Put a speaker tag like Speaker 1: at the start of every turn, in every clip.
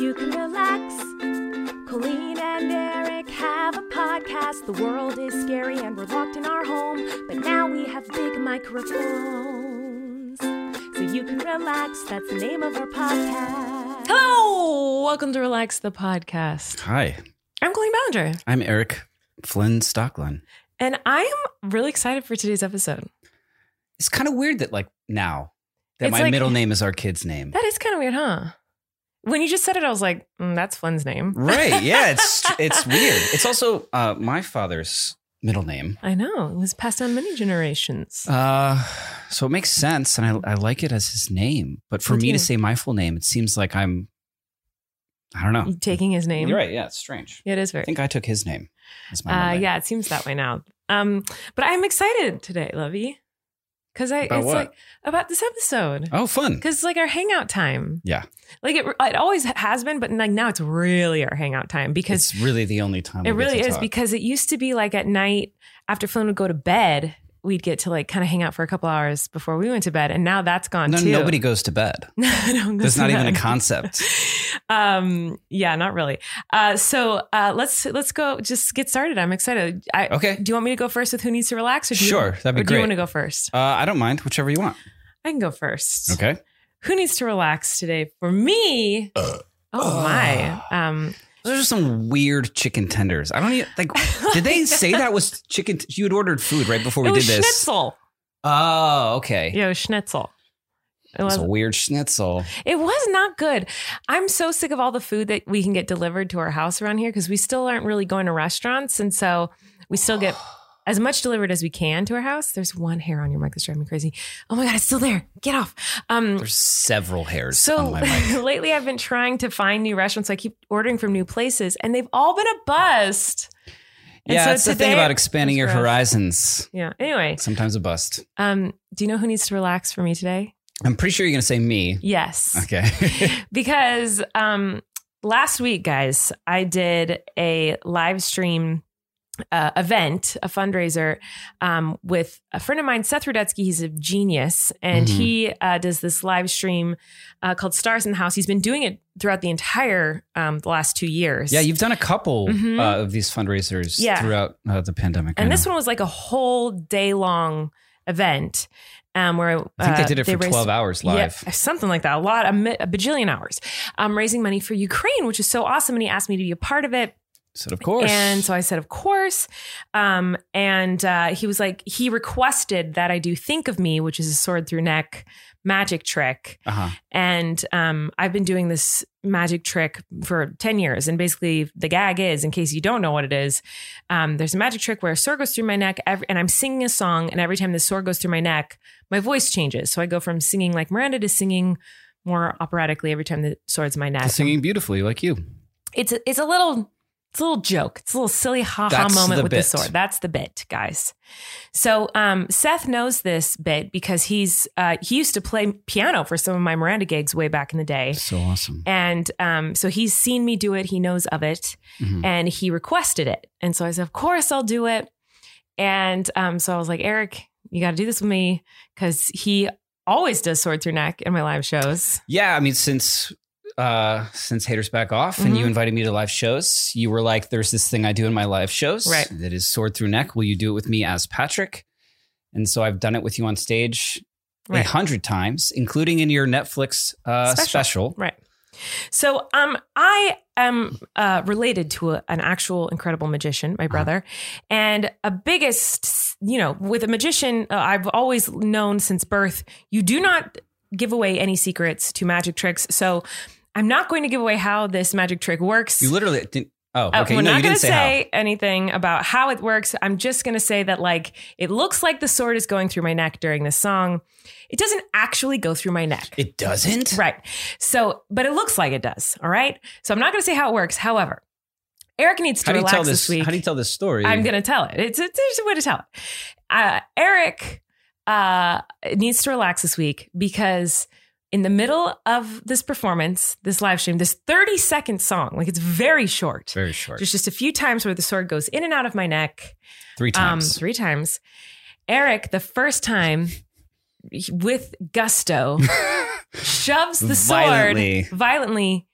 Speaker 1: You can relax. Colleen and Eric have a podcast. The world is scary and we're locked in our home, but now we have big microphones. So you can relax. That's the name of our podcast.
Speaker 2: Hello, welcome to Relax the Podcast.
Speaker 3: Hi,
Speaker 2: I'm Colleen Ballinger,
Speaker 3: I'm Eric Flynn Stockland.
Speaker 2: and I am really excited for today's episode.
Speaker 3: It's kind of weird that like now that
Speaker 2: It's
Speaker 3: my
Speaker 2: like-
Speaker 3: middle name is our kid's name.
Speaker 2: That is kind of weird, huh? When you just said it, I was like, mm, "That's Flynn's name."
Speaker 3: right? Yeah, it's it's weird. It's also uh, my father's middle name,
Speaker 2: I know it was passed down many generations.
Speaker 3: uh, so it makes sense, and I, I like it as his name. But for
Speaker 2: Me
Speaker 3: me to
Speaker 2: too.
Speaker 3: say my full name, it seems like I'm I don't know.
Speaker 2: You Taking his name,
Speaker 3: You're right. Yeah, it's strange.
Speaker 2: Yeah, it is
Speaker 3: I
Speaker 2: very.
Speaker 3: think I took his name. As my middle
Speaker 2: Uh,
Speaker 3: name.
Speaker 2: yeah, it seems that way now. Um, but I'm excited today, Lovey, because I
Speaker 3: About
Speaker 2: it's
Speaker 3: what?
Speaker 2: like about this episode.
Speaker 3: Oh, fun.
Speaker 2: Because it's like our hangout time.
Speaker 3: Yeah.
Speaker 2: Like it, it always has been, but like now it's really our hangout time because
Speaker 3: It's really the only time
Speaker 2: It
Speaker 3: we get
Speaker 2: really
Speaker 3: to
Speaker 2: is
Speaker 3: talk.
Speaker 2: because it used to be like at night after Flynn would go to bed, we'd get to like kind of hang out for a couple hours before we went to bed, and now that's gone
Speaker 3: no,
Speaker 2: too.
Speaker 3: nobody goes to bed.
Speaker 2: No, no,
Speaker 3: There's not even a
Speaker 2: bed.
Speaker 3: concept.
Speaker 2: Um, yeah, not really. Uh, so uh, let's let's go. Just get started. I'm excited. I,
Speaker 3: Okay.
Speaker 2: Do you want me to go first with who needs to relax, or do
Speaker 3: Sure,
Speaker 2: You,
Speaker 3: that'd be
Speaker 2: or Do you
Speaker 3: great.
Speaker 2: want to go first?
Speaker 3: Uh, I don't mind, whichever you want.
Speaker 2: I can go first.
Speaker 3: Okay.
Speaker 2: Who needs to relax today? For me.
Speaker 3: Uh,
Speaker 2: oh my. Um,
Speaker 3: Those are some weird chicken tenders. I don't even like. Did they say that was chicken? you had ordered food right before we
Speaker 2: it was
Speaker 3: did this.
Speaker 2: schnitzel.
Speaker 3: Oh, okay.
Speaker 2: Yeah, it was schnitzel. It
Speaker 3: It was
Speaker 2: was
Speaker 3: a weird schnitzel.
Speaker 2: It was not good. I'm so sick of all the food that we can get delivered to our house around here because we still aren't really going to restaurants. And so we still get as much delivered as we can to our house. There's one hair on your mic that's driving me crazy. Oh my God, it's still there. Get off. Um,
Speaker 3: There's several hairs on
Speaker 2: so
Speaker 3: my mic.
Speaker 2: lately I've been trying to find new restaurants. I keep ordering from new places and they've all been a bust. And
Speaker 3: yeah,
Speaker 2: so
Speaker 3: that's the thing
Speaker 2: today-
Speaker 3: about expanding
Speaker 2: That's
Speaker 3: your
Speaker 2: gross.
Speaker 3: horizons.
Speaker 2: Yeah. Anyway,
Speaker 3: Sometimes a bust.
Speaker 2: um, do you know who needs to relax for me today?
Speaker 3: I'm pretty sure you're gonna say me.
Speaker 2: Yes.
Speaker 3: Okay.
Speaker 2: because um last week guys i did a live stream uh, event a fundraiser um, with a friend of mine seth rudetsky he's a genius and
Speaker 3: Mhm.
Speaker 2: he uh, does this live stream uh, called stars in the house he's been doing it throughout the entire um, the last two years
Speaker 3: yeah, you've done a couple
Speaker 2: Mhm.
Speaker 3: uh, of these fundraisers
Speaker 2: Yeah.
Speaker 3: throughout uh, the pandemic. I
Speaker 2: and this
Speaker 3: know.
Speaker 2: one was like a whole day long event um, where
Speaker 3: I think
Speaker 2: uh,
Speaker 3: they did it for
Speaker 2: raised-
Speaker 3: 12 hours live.
Speaker 2: Yeah, uh, something like that. A lot, a, mi- a bajillion hours, um, raising money for Ukraine, which is so awesome. And he asked me to be a part of it.
Speaker 3: So of course.
Speaker 2: And so I said, of course. Um, and uh, he was like, he requested that I do Think of Me, which is a sword through neck magic trick.
Speaker 3: uh-huh.
Speaker 2: And um, I've been doing this magic trick for 10 years. And basically, the gag is, in case you don't know what it is, um, there's a magic trick where a sword goes through my neck, every, and I'm singing a song. And every time the sword goes through my neck, my voice changes. So I go from singing like Miranda to singing more operatically every time the sword's in my neck.
Speaker 3: Singing beautifully like you.
Speaker 2: It's a, it's a little it's a little joke. It's a little silly ha ha
Speaker 3: That's
Speaker 2: moment
Speaker 3: the
Speaker 2: with the
Speaker 3: bit.
Speaker 2: sword. That's the bit, guys. So um, Seth knows this bit because he's uh, he used to play piano for some of my Miranda gigs way back in the day.
Speaker 3: So awesome.
Speaker 2: And um, so he's seen me do it. He knows of it,
Speaker 3: Mhm.
Speaker 2: and he requested it. And so I said, "Of course, I'll do it." And um, so I was like, "Eric, you got to do this with me," because he always does sword through neck in my live shows.
Speaker 3: Yeah, I mean, since uh since haters back off and you
Speaker 2: Mhm.
Speaker 3: invited me to live shows, you were like, "There's this thing I do in my live shows
Speaker 2: Right.
Speaker 3: that is sword through neck. Will you do it with me as Patrick?" And so I've done it with you on stage a
Speaker 2: Right.
Speaker 3: hundred times, including in your Netflix uh,
Speaker 2: Special.
Speaker 3: special.
Speaker 2: Right. So um I am uh related to a, an actual incredible magician,
Speaker 3: Uh-huh.
Speaker 2: my brother. And a biggest, you know, with a magician uh, I've always known since birth, you do not give away any secrets to magic tricks. So I'm not going to give away how this magic trick works. Uh,
Speaker 3: You literally didn't. Oh, okay.
Speaker 2: we're
Speaker 3: no,
Speaker 2: not
Speaker 3: you
Speaker 2: going
Speaker 3: didn't
Speaker 2: to
Speaker 3: say,
Speaker 2: say anything about how it works. I'm just going to say that, like, it looks like the sword is going through my neck during this song. It doesn't actually go through my neck.
Speaker 3: how. It doesn't.
Speaker 2: Right. So, but it looks like it does. All right. So I'm not going to say how it works. However, Eric needs to
Speaker 3: How do you
Speaker 2: relax
Speaker 3: tell this?
Speaker 2: this, week.
Speaker 3: How do you tell this story?
Speaker 2: I'm going to tell it. It's, it's there's a way to tell it. Uh, Eric uh, needs to relax this week because in the middle of this performance, this live stream, this 30 second song, like it's very short.
Speaker 3: Very short.
Speaker 2: There's just a few times where the sword goes in and out of my neck.
Speaker 3: three
Speaker 2: Um,
Speaker 3: times.
Speaker 2: three times. Eric, the first time, he- with gusto, shoves the sword
Speaker 3: Violently.
Speaker 2: violently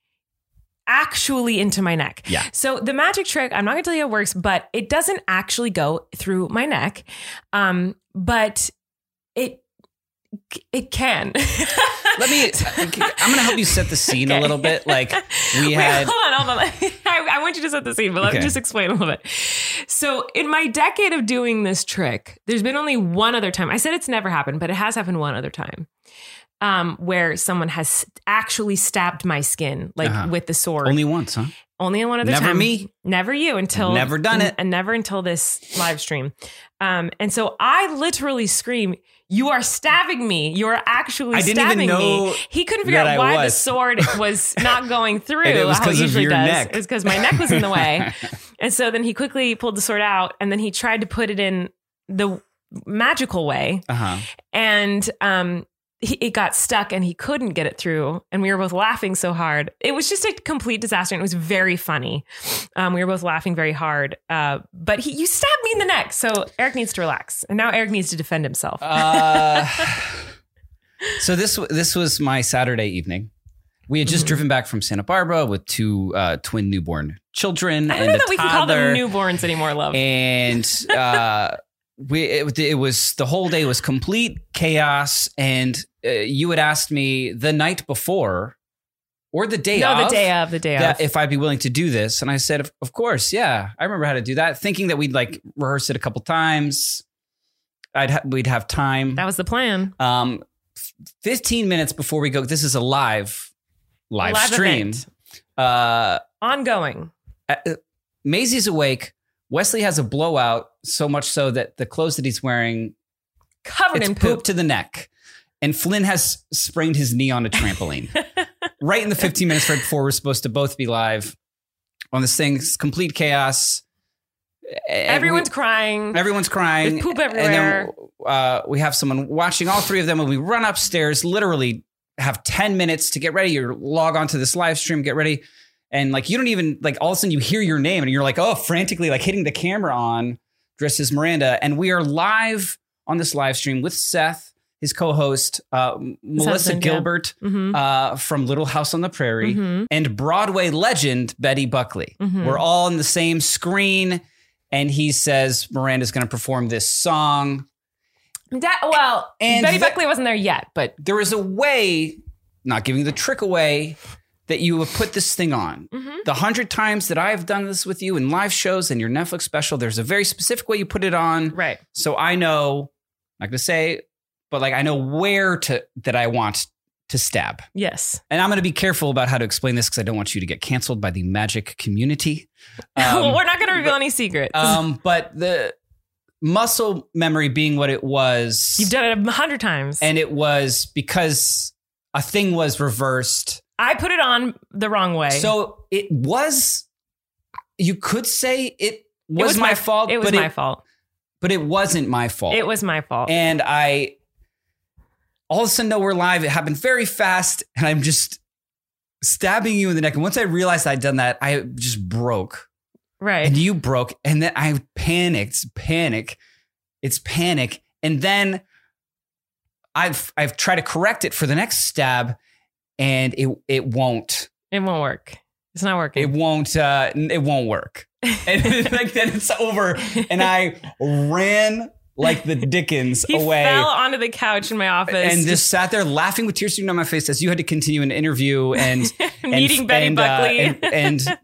Speaker 2: actually into my neck.
Speaker 3: Yeah.
Speaker 2: So the magic trick, I'm not gonna tell you how it works, but it doesn't actually go through my neck. Um, but it it can.
Speaker 3: Let me. I'm going to help you set the scene a
Speaker 2: Okay.
Speaker 3: little bit. Like we
Speaker 2: Wait,
Speaker 3: had.
Speaker 2: hold on, hold on. I, I want you to set the scene, but let me
Speaker 3: Okay.
Speaker 2: just explain a little bit. So, in my decade of doing this trick, there's been only one other time. I said it's never happened, but it has happened one other time um, where someone has actually stabbed my skin, like
Speaker 3: Uh-huh.
Speaker 2: with the sword.
Speaker 3: Only once, huh?
Speaker 2: Only one other
Speaker 3: Never
Speaker 2: time.
Speaker 3: me.
Speaker 2: Never you until
Speaker 3: Never done it.
Speaker 2: And never until this live stream. Um, and so I literally scream, "You are stabbing me! You are actually
Speaker 3: I didn't even
Speaker 2: stabbing
Speaker 3: know
Speaker 2: me!" He couldn't figure
Speaker 3: that
Speaker 2: out
Speaker 3: I
Speaker 2: why the
Speaker 3: was.
Speaker 2: sword was not going through.
Speaker 3: And it was
Speaker 2: how
Speaker 3: 'cause
Speaker 2: it
Speaker 3: of
Speaker 2: usually
Speaker 3: your
Speaker 2: does.
Speaker 3: neck.
Speaker 2: It was because my neck was in the way. and so then he quickly pulled the sword out, and then he tried to put it in the magical way
Speaker 3: Uh huh.
Speaker 2: and um he, it got stuck and he couldn't get it through and we were both laughing so hard it was just a complete disaster and it was very funny um, we were both laughing very hard uh, but he you stabbed me in the neck so eric needs to relax and now eric needs to defend himself
Speaker 3: Uh, so this w- this was my Saturday evening. We had just
Speaker 2: Mm-hmm.
Speaker 3: driven back from Santa Barbara with two uh, twin newborn children
Speaker 2: i don't
Speaker 3: and
Speaker 2: know
Speaker 3: a
Speaker 2: that we can call
Speaker 3: toddler,
Speaker 2: them newborns anymore love
Speaker 3: and uh, we it, it was the whole day was complete chaos. And uh, you had asked me the night before or the day
Speaker 2: no
Speaker 3: of
Speaker 2: the day of the day
Speaker 3: that
Speaker 2: of
Speaker 3: if I'd be willing to do this. And I said, of, of course, yeah. I remember how to do that, thinking that we'd like rehearse it a couple times. I'd ha- we'd have time.
Speaker 2: that was the plan
Speaker 3: um, f- 15 minutes before we go, this is a live live,
Speaker 2: Live
Speaker 3: stream.
Speaker 2: event.
Speaker 3: Uh,
Speaker 2: ongoing
Speaker 3: uh, Maisie's awake. Wesley has a blowout, so much so that the clothes that he's wearing
Speaker 2: covered
Speaker 3: it's
Speaker 2: in
Speaker 3: poop.
Speaker 2: Oh, poop
Speaker 3: to the neck. And Flynn has sprained his knee on a trampoline. right in the 15 minutes right before we're supposed to both be live on this thing. It's complete chaos. And we-
Speaker 2: everyone's crying
Speaker 3: everyone's crying.
Speaker 2: There's poop
Speaker 3: And then uh, we have someone watching all three of them, and we run upstairs. Literally, have 10 minutes to get ready. You log onto this live stream, get ready, and like you don't even like all of a sudden you hear your name, and you're like, oh, frantically like hitting the camera on dressed as Miranda, and we are live on this live stream with Seth, his co-host uh, Melissa
Speaker 2: husband, yeah.
Speaker 3: Gilbert
Speaker 2: hmm
Speaker 3: uh, from Little House on the Prairie
Speaker 2: hmm
Speaker 3: and Broadway legend Betty Buckley.
Speaker 2: Mhm.
Speaker 3: We're all on the same screen, and he says Miranda's going to perform this song.
Speaker 2: That, well
Speaker 3: And
Speaker 2: betty
Speaker 3: the-
Speaker 2: buckley wasn't there yet but
Speaker 3: There is a way, not giving the trick away, that you have put this thing on.
Speaker 2: Mhm.
Speaker 3: The hundred times that I have done this with you in live shows and your Netflix special, there's a very specific way you put it on.
Speaker 2: right
Speaker 3: So I know, not going to say, but like I know where to that I want to stab.
Speaker 2: yes
Speaker 3: And I'm going to be careful about how to explain this because I don't want you to get canceled by the magic community.
Speaker 2: well, we're not going to reveal any secrets.
Speaker 3: um, but the muscle memory being what it was,
Speaker 2: You've done it a hundred times.
Speaker 3: and it was because a thing was reversed.
Speaker 2: I put it on the wrong way.
Speaker 3: So it was, you could say it was, my, fault,
Speaker 2: It was
Speaker 3: but
Speaker 2: my
Speaker 3: it,
Speaker 2: fault.
Speaker 3: but it wasn't my fault.
Speaker 2: It was my fault.
Speaker 3: and I all of a sudden know we're live. It happened very fast, and I'm just stabbing you in the neck. And once I realized I'd done that, I just broke.
Speaker 2: right.
Speaker 3: and you broke and then i panicked panic it's panic and then i've i've tried to correct it for the next stab and it it won't
Speaker 2: it won't work. It's not
Speaker 3: it
Speaker 2: working.
Speaker 3: won't uh it won't work and like then it's over and i ran like the dickens
Speaker 2: he
Speaker 3: away
Speaker 2: fell onto the couch in my office
Speaker 3: and just, sat there laughing with tears streaming down my face as you had to continue an interview and
Speaker 2: just meeting Betty
Speaker 3: and, uh,
Speaker 2: Buckley.
Speaker 3: and, and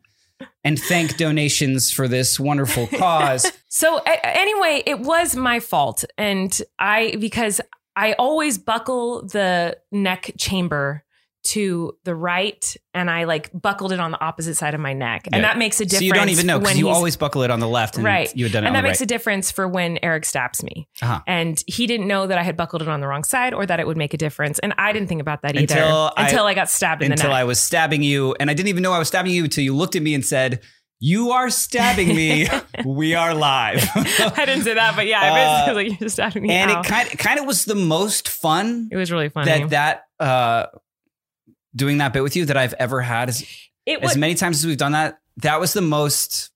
Speaker 3: and thank donations for this wonderful cause
Speaker 2: So a- anyway, it was my fault, and I because I always buckle the neck chamber to the right and I like buckled it on the opposite side of my neck. And
Speaker 3: Yeah.
Speaker 2: that makes a difference.
Speaker 3: So you don't even know
Speaker 2: when
Speaker 3: because you
Speaker 2: he's-
Speaker 3: always buckle it on the left, and
Speaker 2: Right.
Speaker 3: You had done it
Speaker 2: and that
Speaker 3: on the
Speaker 2: makes a
Speaker 3: right.
Speaker 2: difference for when Eric stabs me.
Speaker 3: Uh-huh.
Speaker 2: And he didn't know that I had buckled it on the wrong side or that it would make a difference. And I didn't think about that either
Speaker 3: Until I-
Speaker 2: until I got stabbed in the
Speaker 3: until
Speaker 2: neck.
Speaker 3: I was stabbing you, and I didn't even know I was stabbing you until you looked at me and said, "You are stabbing me. we are live."
Speaker 2: I didn't say that, but yeah, I
Speaker 3: Uh,
Speaker 2: was like, you're just stabbing me.
Speaker 3: and
Speaker 2: Ow.
Speaker 3: it kind of, kind of was the most fun
Speaker 2: it was really funny.
Speaker 3: that that uh, doing that bit with you that I've ever had. As,
Speaker 2: it was.
Speaker 3: as many times as we've done that, that was the most.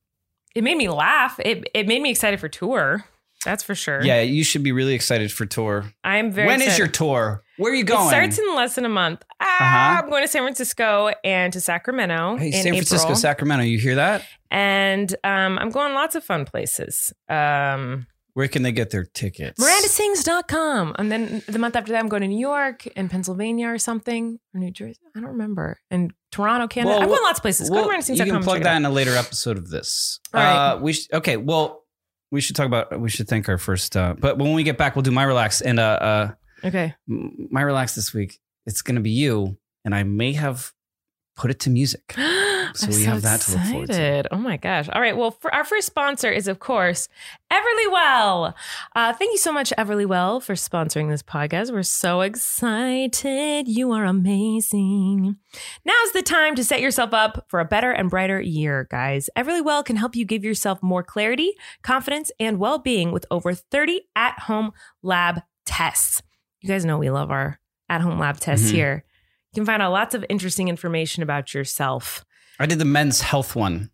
Speaker 2: it made me laugh. It it made me excited for tour. That's for sure.
Speaker 3: Yeah, you should be really excited for tour.
Speaker 2: I'm
Speaker 3: When
Speaker 2: very.
Speaker 3: is
Speaker 2: excited.
Speaker 3: your tour? Where are you
Speaker 2: It
Speaker 3: going? Uh-huh.
Speaker 2: starts in less than a month. Ah, I'm going to San Francisco and to Sacramento
Speaker 3: Hey,
Speaker 2: in
Speaker 3: San Francisco,
Speaker 2: April,
Speaker 3: Sacramento. You hear that?
Speaker 2: and um, I'm going lots of fun places. Um,
Speaker 3: Where can they get their tickets?
Speaker 2: MirandaSings.com, and then the month after that, I'm going to New York and Pennsylvania or something, or New Jersey. I don't remember. And Toronto, Canada.
Speaker 3: Well,
Speaker 2: I'm
Speaker 3: well-
Speaker 2: going lots of places.
Speaker 3: Well,
Speaker 2: Go to
Speaker 3: you
Speaker 2: MirandaSings.com.
Speaker 3: can
Speaker 2: and
Speaker 3: plug
Speaker 2: check it
Speaker 3: that
Speaker 2: out.
Speaker 3: in a later episode of this.
Speaker 2: All right.
Speaker 3: Uh, we sh- okay. Well, we should talk about. We should thank our first. Uh, but when we get back, we'll do my relax and uh, uh,
Speaker 2: Okay.
Speaker 3: m- my relax this week. It's gonna be you, and I may have put it to music.
Speaker 2: I'm
Speaker 3: So we have that to look forward to.
Speaker 2: excited. Oh my gosh. All right. Well, for our first sponsor is, of course, Everlywell. Uh, thank you so much, Everlywell, for sponsoring this podcast. We're so excited. You are amazing. Now's the time to set yourself up for a better and brighter year, guys. Everlywell can help you give yourself more clarity, confidence, and well being with over 30 at home lab tests. You guys know we love our at home lab tests
Speaker 3: Mhm.
Speaker 2: here. You can find out lots of interesting information about yourself.
Speaker 3: I did the men's health one,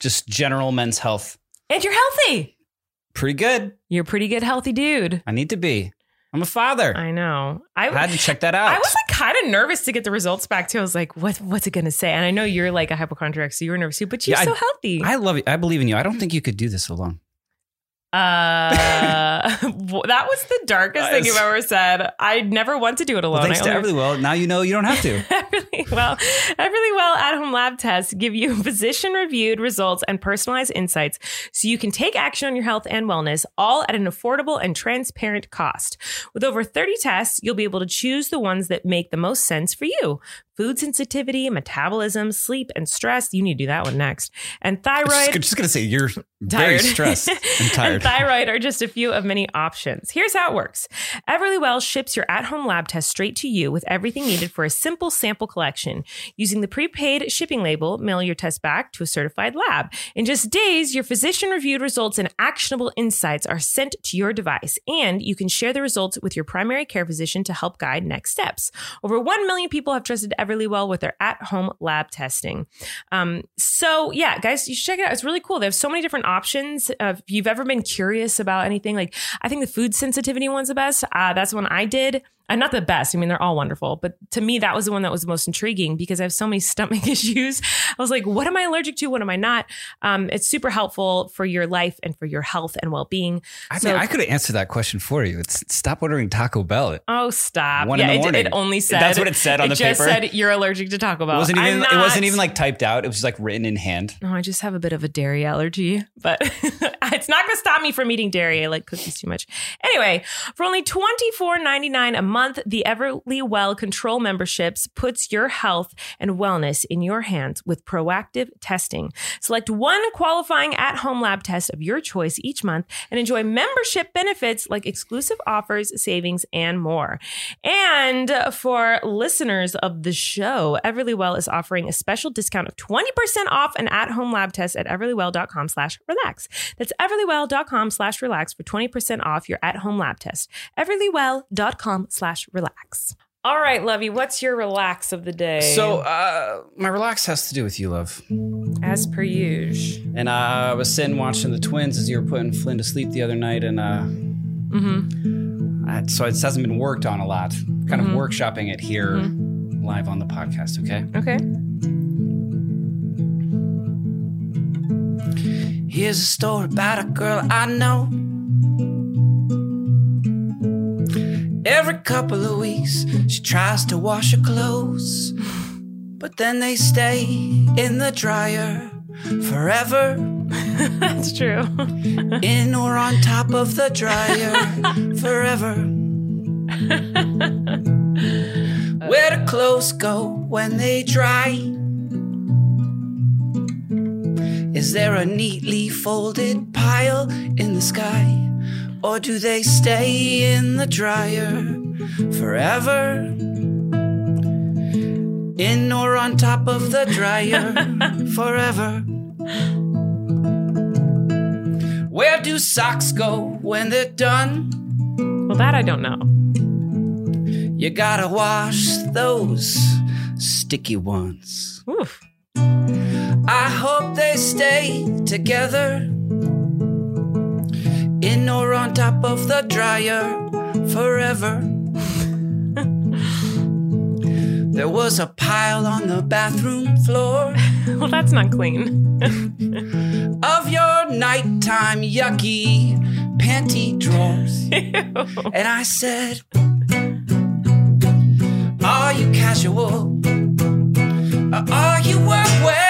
Speaker 3: just general men's health.
Speaker 2: And you're healthy.
Speaker 3: Pretty good.
Speaker 2: You're a pretty good healthy dude.
Speaker 3: I need to be. I'm a father. I,
Speaker 2: I know. I
Speaker 3: had to check that out.
Speaker 2: I was like kind of nervous to get the results back too. I was like, what what's it gonna say? And I know you're like a hypochondriac, so you were nervous too, but you're
Speaker 3: Yeah, I-
Speaker 2: so healthy.
Speaker 3: I love you. I believe in you. I don't think you could do this alone.
Speaker 2: uh that was the darkest thing
Speaker 3: Guys.
Speaker 2: you've ever said. I never want to do it alone.
Speaker 3: Well, thanks
Speaker 2: I
Speaker 3: to
Speaker 2: only-
Speaker 3: Everlywell, now you know you don't have to.
Speaker 2: really well, really well at home lab tests give you physician reviewed results and personalized insights so you can take action on your health and wellness all at an affordable and transparent cost. With over 30 tests, you'll be able to choose the ones that make the most sense for you. Food sensitivity, metabolism, sleep and stress. You need to do that one next. And
Speaker 3: I'm just,
Speaker 2: thyroid.
Speaker 3: I'm just gonna say you're very
Speaker 2: Tired.
Speaker 3: stressed and
Speaker 2: and
Speaker 3: tired.
Speaker 2: thyroid are just a few of many options. Here's how it works Everlywell ships your at home lab test straight to you with everything needed for a simple sample collection. Using the prepaid shipping label, mail your test back to a certified lab. In just days, your physician reviewed results and actionable insights are sent to your device, and you can share the results with your primary care physician to help guide next steps. Over 1 million people have trusted Everlywell with their at home lab testing. Um, so yeah, guys, you should check it out. It's really cool. They have so many different options. Uh, if you've ever been curious about anything, like I think the food sensitivity one's the best. Uh, that's the one I did. Uh, not the best. I mean, they're all wonderful, but to me, that was the one that was the most intriguing because I have so many stomach issues. I was like, what am I allergic to? What am I not? Um, it's super helpful for your life and for your health and well being.
Speaker 3: I mean,
Speaker 2: So-
Speaker 3: I could have answered that question for you. It's stop ordering Taco Bell. It
Speaker 2: Oh, stop.
Speaker 3: One in
Speaker 2: yeah,
Speaker 3: the
Speaker 2: it- it,
Speaker 3: morning.
Speaker 2: only said
Speaker 3: That's what it said on the
Speaker 2: just
Speaker 3: paper.
Speaker 2: said you're allergic to Taco Bell.
Speaker 3: wasn't
Speaker 2: I'm
Speaker 3: even. It wasn't
Speaker 2: not.
Speaker 3: even like typed out. It was just like written in hand.
Speaker 2: No, I just have a bit of a dairy allergy, but it's not going to stop me from eating dairy. I like cookies too much. Anyway, for only $24.99 a month, the Everly Well Control memberships puts your health and wellness in your hands with proactive testing. Select one qualifying at-home lab test of your choice each month and enjoy membership benefits like exclusive offers, savings, and more. And for listeners of the show, Everlywell is offering a special discount of 20% off an at-home lab test at everlywell.com slash relax. That's everlywell.com slash relax for 20% off your at-home lab test. everlywell.com slash relax. All right, Lovey, what's your relax of the day?
Speaker 3: So uh, my relax has to do with you, love.
Speaker 2: as per usual.
Speaker 3: And uh, I was sitting watching the twins as you were putting Flynn to sleep the other night, and uh, I- so it hasn't been worked on a lot. Kind of workshopping it here live on the podcast. Okay.
Speaker 2: Okay.
Speaker 3: Here's a story about a girl I know. Every couple of weeks, she tries to wash her clothes, but then they stay in the dryer forever,
Speaker 2: That's true.
Speaker 3: in or on top of the dryer forever. Where do clothes go when they dry? Is there a neatly folded pile in the sky? Or do they stay in the dryer forever? In or on top of the dryer forever? Where do socks go when they're done?
Speaker 2: Well, that I don't know.
Speaker 3: You gotta wash those sticky ones.
Speaker 2: Oof.
Speaker 3: I hope they stay together. In or on top of the dryer forever. there was a pile on the bathroom floor
Speaker 2: Well, that's not clean.
Speaker 3: of your nighttime yucky panty drawers. and I said, Are you casual? Or are you workwear?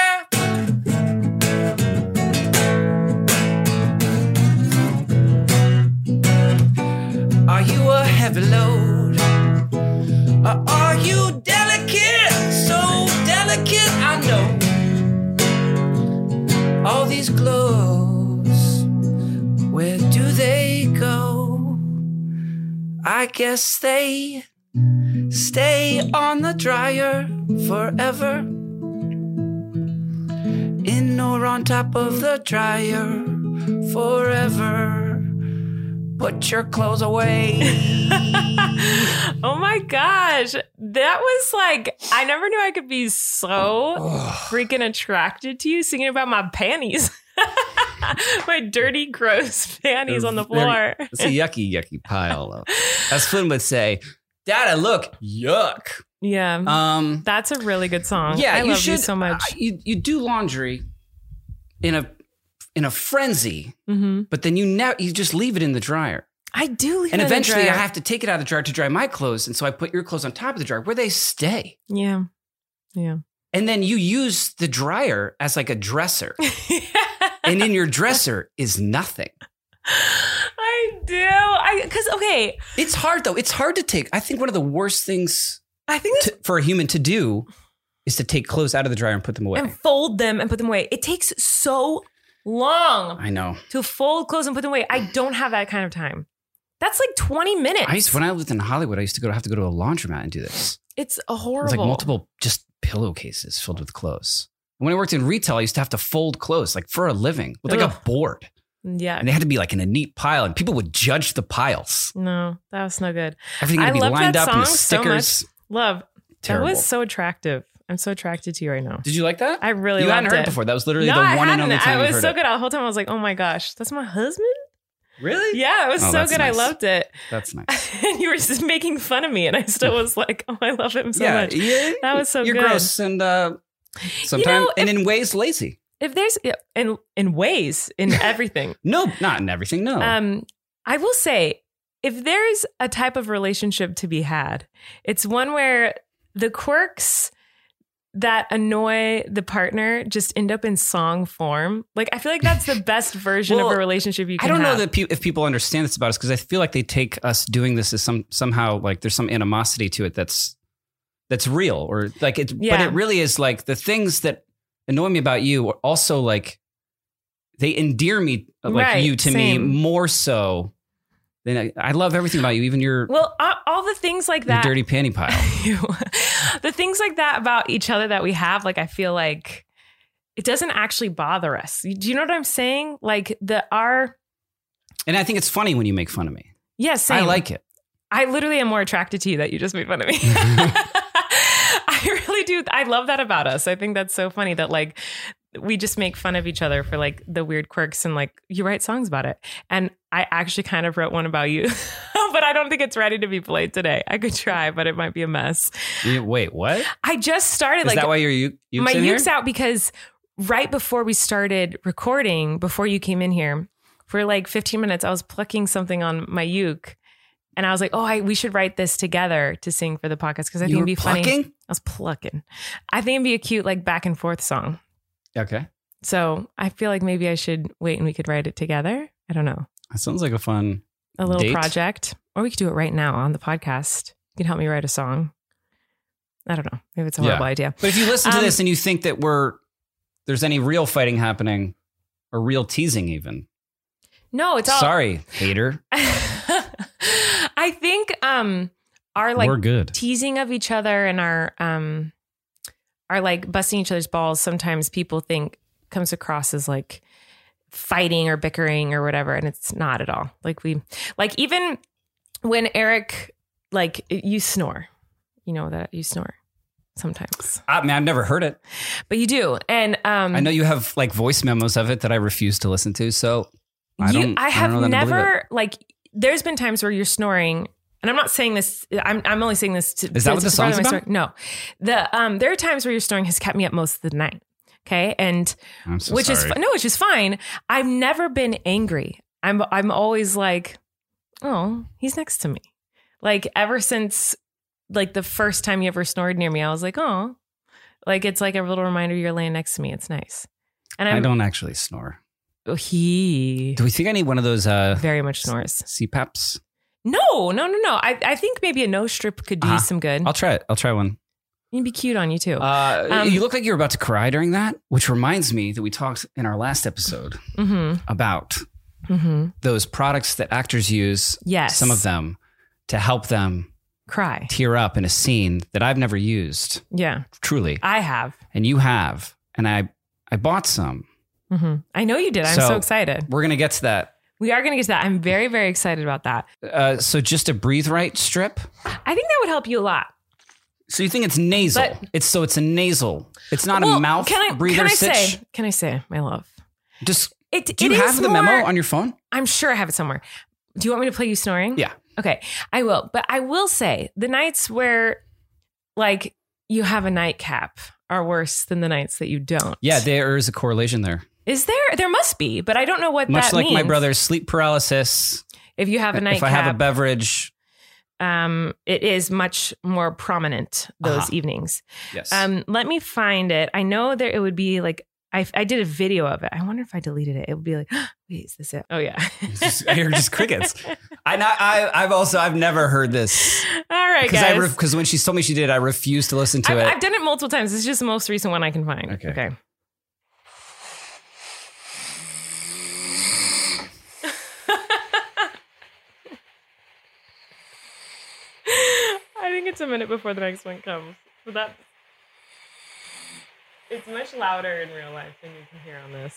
Speaker 3: Are you a heavy load? Or are you delicate? So delicate, I know all these clothes, where do they go? I guess they stay on the dryer forever, in or on top of the dryer forever. Put your clothes away.
Speaker 2: Oh my gosh. That was like, I never knew I could be so freaking attracted to you singing about my panties. my dirty, gross panties on the floor.
Speaker 3: It's a yucky, yucky pile. Of, as Flynn would say, Dada, look, yuck.
Speaker 2: Yeah.
Speaker 3: Um,
Speaker 2: That's a really good song.
Speaker 3: Yeah,
Speaker 2: I
Speaker 3: you
Speaker 2: love
Speaker 3: should.
Speaker 2: you so much.
Speaker 3: I- you you do laundry in a in a frenzy,
Speaker 2: hmm
Speaker 3: but then you now you just leave it in the dryer,
Speaker 2: I do. Leave
Speaker 3: and
Speaker 2: it in the
Speaker 3: eventually I
Speaker 2: dryer.
Speaker 3: have to take it out of the dryer to dry my clothes, and so I put your clothes on top of the dryer where they stay,
Speaker 2: Yeah. Yeah.
Speaker 3: and then you use the dryer as like a dresser, and in your dresser is nothing.
Speaker 2: I do. I because okay.
Speaker 3: It's hard though. It's hard to take. I think one of the worst things
Speaker 2: I think
Speaker 3: to, for a human to do is to take clothes out of the dryer and put them away.
Speaker 2: and fold them and put them away. It takes so long
Speaker 3: I know.
Speaker 2: to fold clothes and put them away. I don't have that kind of time. That's like 20 minutes.
Speaker 3: I used when I lived in Hollywood, I used to go have to go to a laundromat and do this.
Speaker 2: it's
Speaker 3: It's
Speaker 2: horrible.
Speaker 3: like multiple just pillowcases filled with clothes. When I worked in retail, I used to have to fold clothes like for a living with like
Speaker 2: Ugh.
Speaker 3: a board,
Speaker 2: Yeah.
Speaker 3: and they had to be like in a neat pile, and people would judge the piles.
Speaker 2: No, that was no good.
Speaker 3: Everything had
Speaker 2: I
Speaker 3: to be
Speaker 2: love
Speaker 3: lined
Speaker 2: that
Speaker 3: up and the
Speaker 2: song so
Speaker 3: stickers.
Speaker 2: Love.
Speaker 3: Terrible.
Speaker 2: That was so attractive. I'm so attracted to you right now.
Speaker 3: Did you like that?
Speaker 2: I really
Speaker 3: you
Speaker 2: loved
Speaker 3: hadn't heard
Speaker 2: it.
Speaker 3: before. That was literally
Speaker 2: no,
Speaker 3: the
Speaker 2: I
Speaker 3: one and
Speaker 2: hadn't.
Speaker 3: only time
Speaker 2: I
Speaker 3: you
Speaker 2: was
Speaker 3: heard
Speaker 2: so
Speaker 3: it.
Speaker 2: good. The whole time I was like, oh my gosh, that's my husband?
Speaker 3: Really?
Speaker 2: Yeah, it was
Speaker 3: Oh,
Speaker 2: so
Speaker 3: that's
Speaker 2: good. I
Speaker 3: nice.
Speaker 2: loved it.
Speaker 3: That's nice.
Speaker 2: and you were just making fun of me, and I still was like, "Oh, I love him so
Speaker 3: yeah,
Speaker 2: much."
Speaker 3: yeah.
Speaker 2: That was so
Speaker 3: You're
Speaker 2: good.
Speaker 3: gross and uh, sometimes and in ways lazy.
Speaker 2: If there's in in ways in everything,
Speaker 3: No, not in everything. No,
Speaker 2: um, I will say if there's a type of relationship to be had, it's one where the quirks that annoy the partner just end up in song form. Like I feel like that's the best version of
Speaker 3: Well,
Speaker 2: a relationship you
Speaker 3: I
Speaker 2: can.
Speaker 3: don't know
Speaker 2: have.
Speaker 3: that pe- if people understand this about us because I feel like they take us doing this as some somehow like there's some animosity to it that's that's real or like it.
Speaker 2: Yeah.
Speaker 3: But it really is like the things that annoy me about you are also like they endear me uh, like
Speaker 2: Right,
Speaker 3: you to
Speaker 2: same.
Speaker 3: me more so than I, I love everything about you, even your
Speaker 2: Well, all, all the things like
Speaker 3: your
Speaker 2: that.
Speaker 3: dirty panty pile.
Speaker 2: you. the things like that about each other that we have, like I feel like it doesn't actually bother us. You- Do you know what I'm saying? Like the our
Speaker 3: and I think it's funny when you make fun of me.
Speaker 2: yes,
Speaker 3: I like it.
Speaker 2: I literally am more attracted to you that you just made fun of me. I really do. I love that about us. I think that's so funny that like we just make fun of each other for like the weird quirks and like you write songs about it. And I actually kind of wrote one about you, but I don't think it's ready to be played today. I could try, but it might be a mess.
Speaker 3: You- wait, what? Is
Speaker 2: I just started like
Speaker 3: that why your you ukes
Speaker 2: my
Speaker 3: in here?
Speaker 2: uke's out because right before we started recording, before you came in here, for like 15 minutes, I was plucking something on my uke. And I was like, oh, I, we should write this together to sing for the podcast because I think
Speaker 3: you
Speaker 2: it'd
Speaker 3: were
Speaker 2: be funny.
Speaker 3: plucking?
Speaker 2: I was plucking. I think it'd be a cute like back and forth song.
Speaker 3: Okay,
Speaker 2: So I feel like maybe I should wait and we could write it together. I don't know.
Speaker 3: that sounds like a fun.
Speaker 2: A little
Speaker 3: Date?
Speaker 2: project. Or we could do it right now on the podcast. You can help me write a song. I don't know. Maybe it's a
Speaker 3: Yeah.
Speaker 2: horrible idea.
Speaker 3: But if you listen to
Speaker 2: Um,
Speaker 3: this and you think that we're there's any real fighting happening or real teasing even.
Speaker 2: No, it's all.
Speaker 3: Sorry, hater.
Speaker 2: I think um our like
Speaker 4: We're good.
Speaker 2: teasing of each other and our um are like busting each other's balls sometimes people think comes across as like fighting or bickering or whatever and it's not at all like we like even when eric like you snore you know that you snore sometimes
Speaker 3: I mean, I've never heard it.
Speaker 2: but you do and um
Speaker 3: I know you have like voice memos of it that I refuse to listen to. So I
Speaker 2: you,
Speaker 3: don't.
Speaker 2: I have
Speaker 3: don't know that I believe it.
Speaker 2: never like. There's been times where you're snoring, and I'm not saying this. I'm I'm only saying this. To,
Speaker 3: Is that what the
Speaker 2: to further
Speaker 3: song's
Speaker 2: my
Speaker 3: about?
Speaker 2: story. No, the um there are times where your snoring has kept me up most of the night. Okay, and
Speaker 3: I'm so
Speaker 2: which is
Speaker 3: sorry.
Speaker 2: fi- no, which is fine. I've never been angry. I'm I'm always like, oh, he's next to me. Like ever since like the first time you ever snored near me, I was like, oh, like it's like a little reminder you're laying next to me. It's nice. And I'm,
Speaker 3: I don't actually snore.
Speaker 2: he
Speaker 3: Do we think I need one of those uh,
Speaker 2: very much snores.
Speaker 3: CPAPs?
Speaker 2: Mm-hmm. No, no, no, no. I, I think maybe a nose strip could do
Speaker 3: Uh-huh.
Speaker 2: you some good.
Speaker 3: I'll try it. I'll try one.
Speaker 2: You'd be cute on you too.
Speaker 3: Uh,
Speaker 2: Um,
Speaker 3: you look like you were about to cry during that, which reminds me that we talked in our last episode
Speaker 2: mm-hmm.
Speaker 3: about
Speaker 2: Mm-hmm.
Speaker 3: those products that actors use,
Speaker 2: Yes.
Speaker 3: some of them, to help them
Speaker 2: Cry.
Speaker 3: tear up in a scene that I've never used,
Speaker 2: Yeah,
Speaker 3: truly.
Speaker 2: I have.
Speaker 3: And you have. And I, I bought some.
Speaker 2: hmm I know you did. I'm
Speaker 3: So-
Speaker 2: so excited.
Speaker 3: We're going to get to that.
Speaker 2: We are going to get to that. I'm very, very excited about that.
Speaker 3: Uh, so just a breathe right strip.
Speaker 2: I think that would help you a lot.
Speaker 3: So you think it's nasal?
Speaker 2: But-
Speaker 3: it's so it's a nasal. It's not
Speaker 2: Well,
Speaker 3: a mouth
Speaker 2: can I,
Speaker 3: breather
Speaker 2: can I
Speaker 3: sitch.
Speaker 2: say? Can I say, my love?
Speaker 3: Just
Speaker 2: It,
Speaker 3: do you
Speaker 2: it
Speaker 3: have
Speaker 2: is
Speaker 3: the
Speaker 2: more-
Speaker 3: memo on your phone?
Speaker 2: I'm sure I have it somewhere. Do you want me to play you snoring?
Speaker 3: Yeah.
Speaker 2: Okay, I will. But I will say the nights where, like, you have a nightcap are worse than the nights that you don't.
Speaker 3: Yeah, there is a correlation there.
Speaker 2: Is there? There must be, but I don't know what
Speaker 3: Much
Speaker 2: that
Speaker 3: like my
Speaker 2: means.
Speaker 3: brother's sleep paralysis.
Speaker 2: If you have a
Speaker 3: if I have a
Speaker 2: nightcap,
Speaker 3: beverage,
Speaker 2: um, it is much more prominent those
Speaker 3: Uh-huh.
Speaker 2: evenings.
Speaker 3: yes.
Speaker 2: Um, let me find it. I know there it would be like I, I did a video of it. I wonder if I deleted it. It would be like, wait, is this it? Oh yeah,
Speaker 3: It's just- I hear just crickets. I, not, I I've also I've never heard this
Speaker 2: All right,
Speaker 3: because I
Speaker 2: guys.
Speaker 3: because when she told me she did, I refused to listen to
Speaker 2: I've,
Speaker 3: it.
Speaker 2: I've done it multiple times. This is just the most recent one I can find.
Speaker 3: Okay.
Speaker 2: okay. I think it's a minute before the next one comes. But that it's much louder in real life than you can hear on this.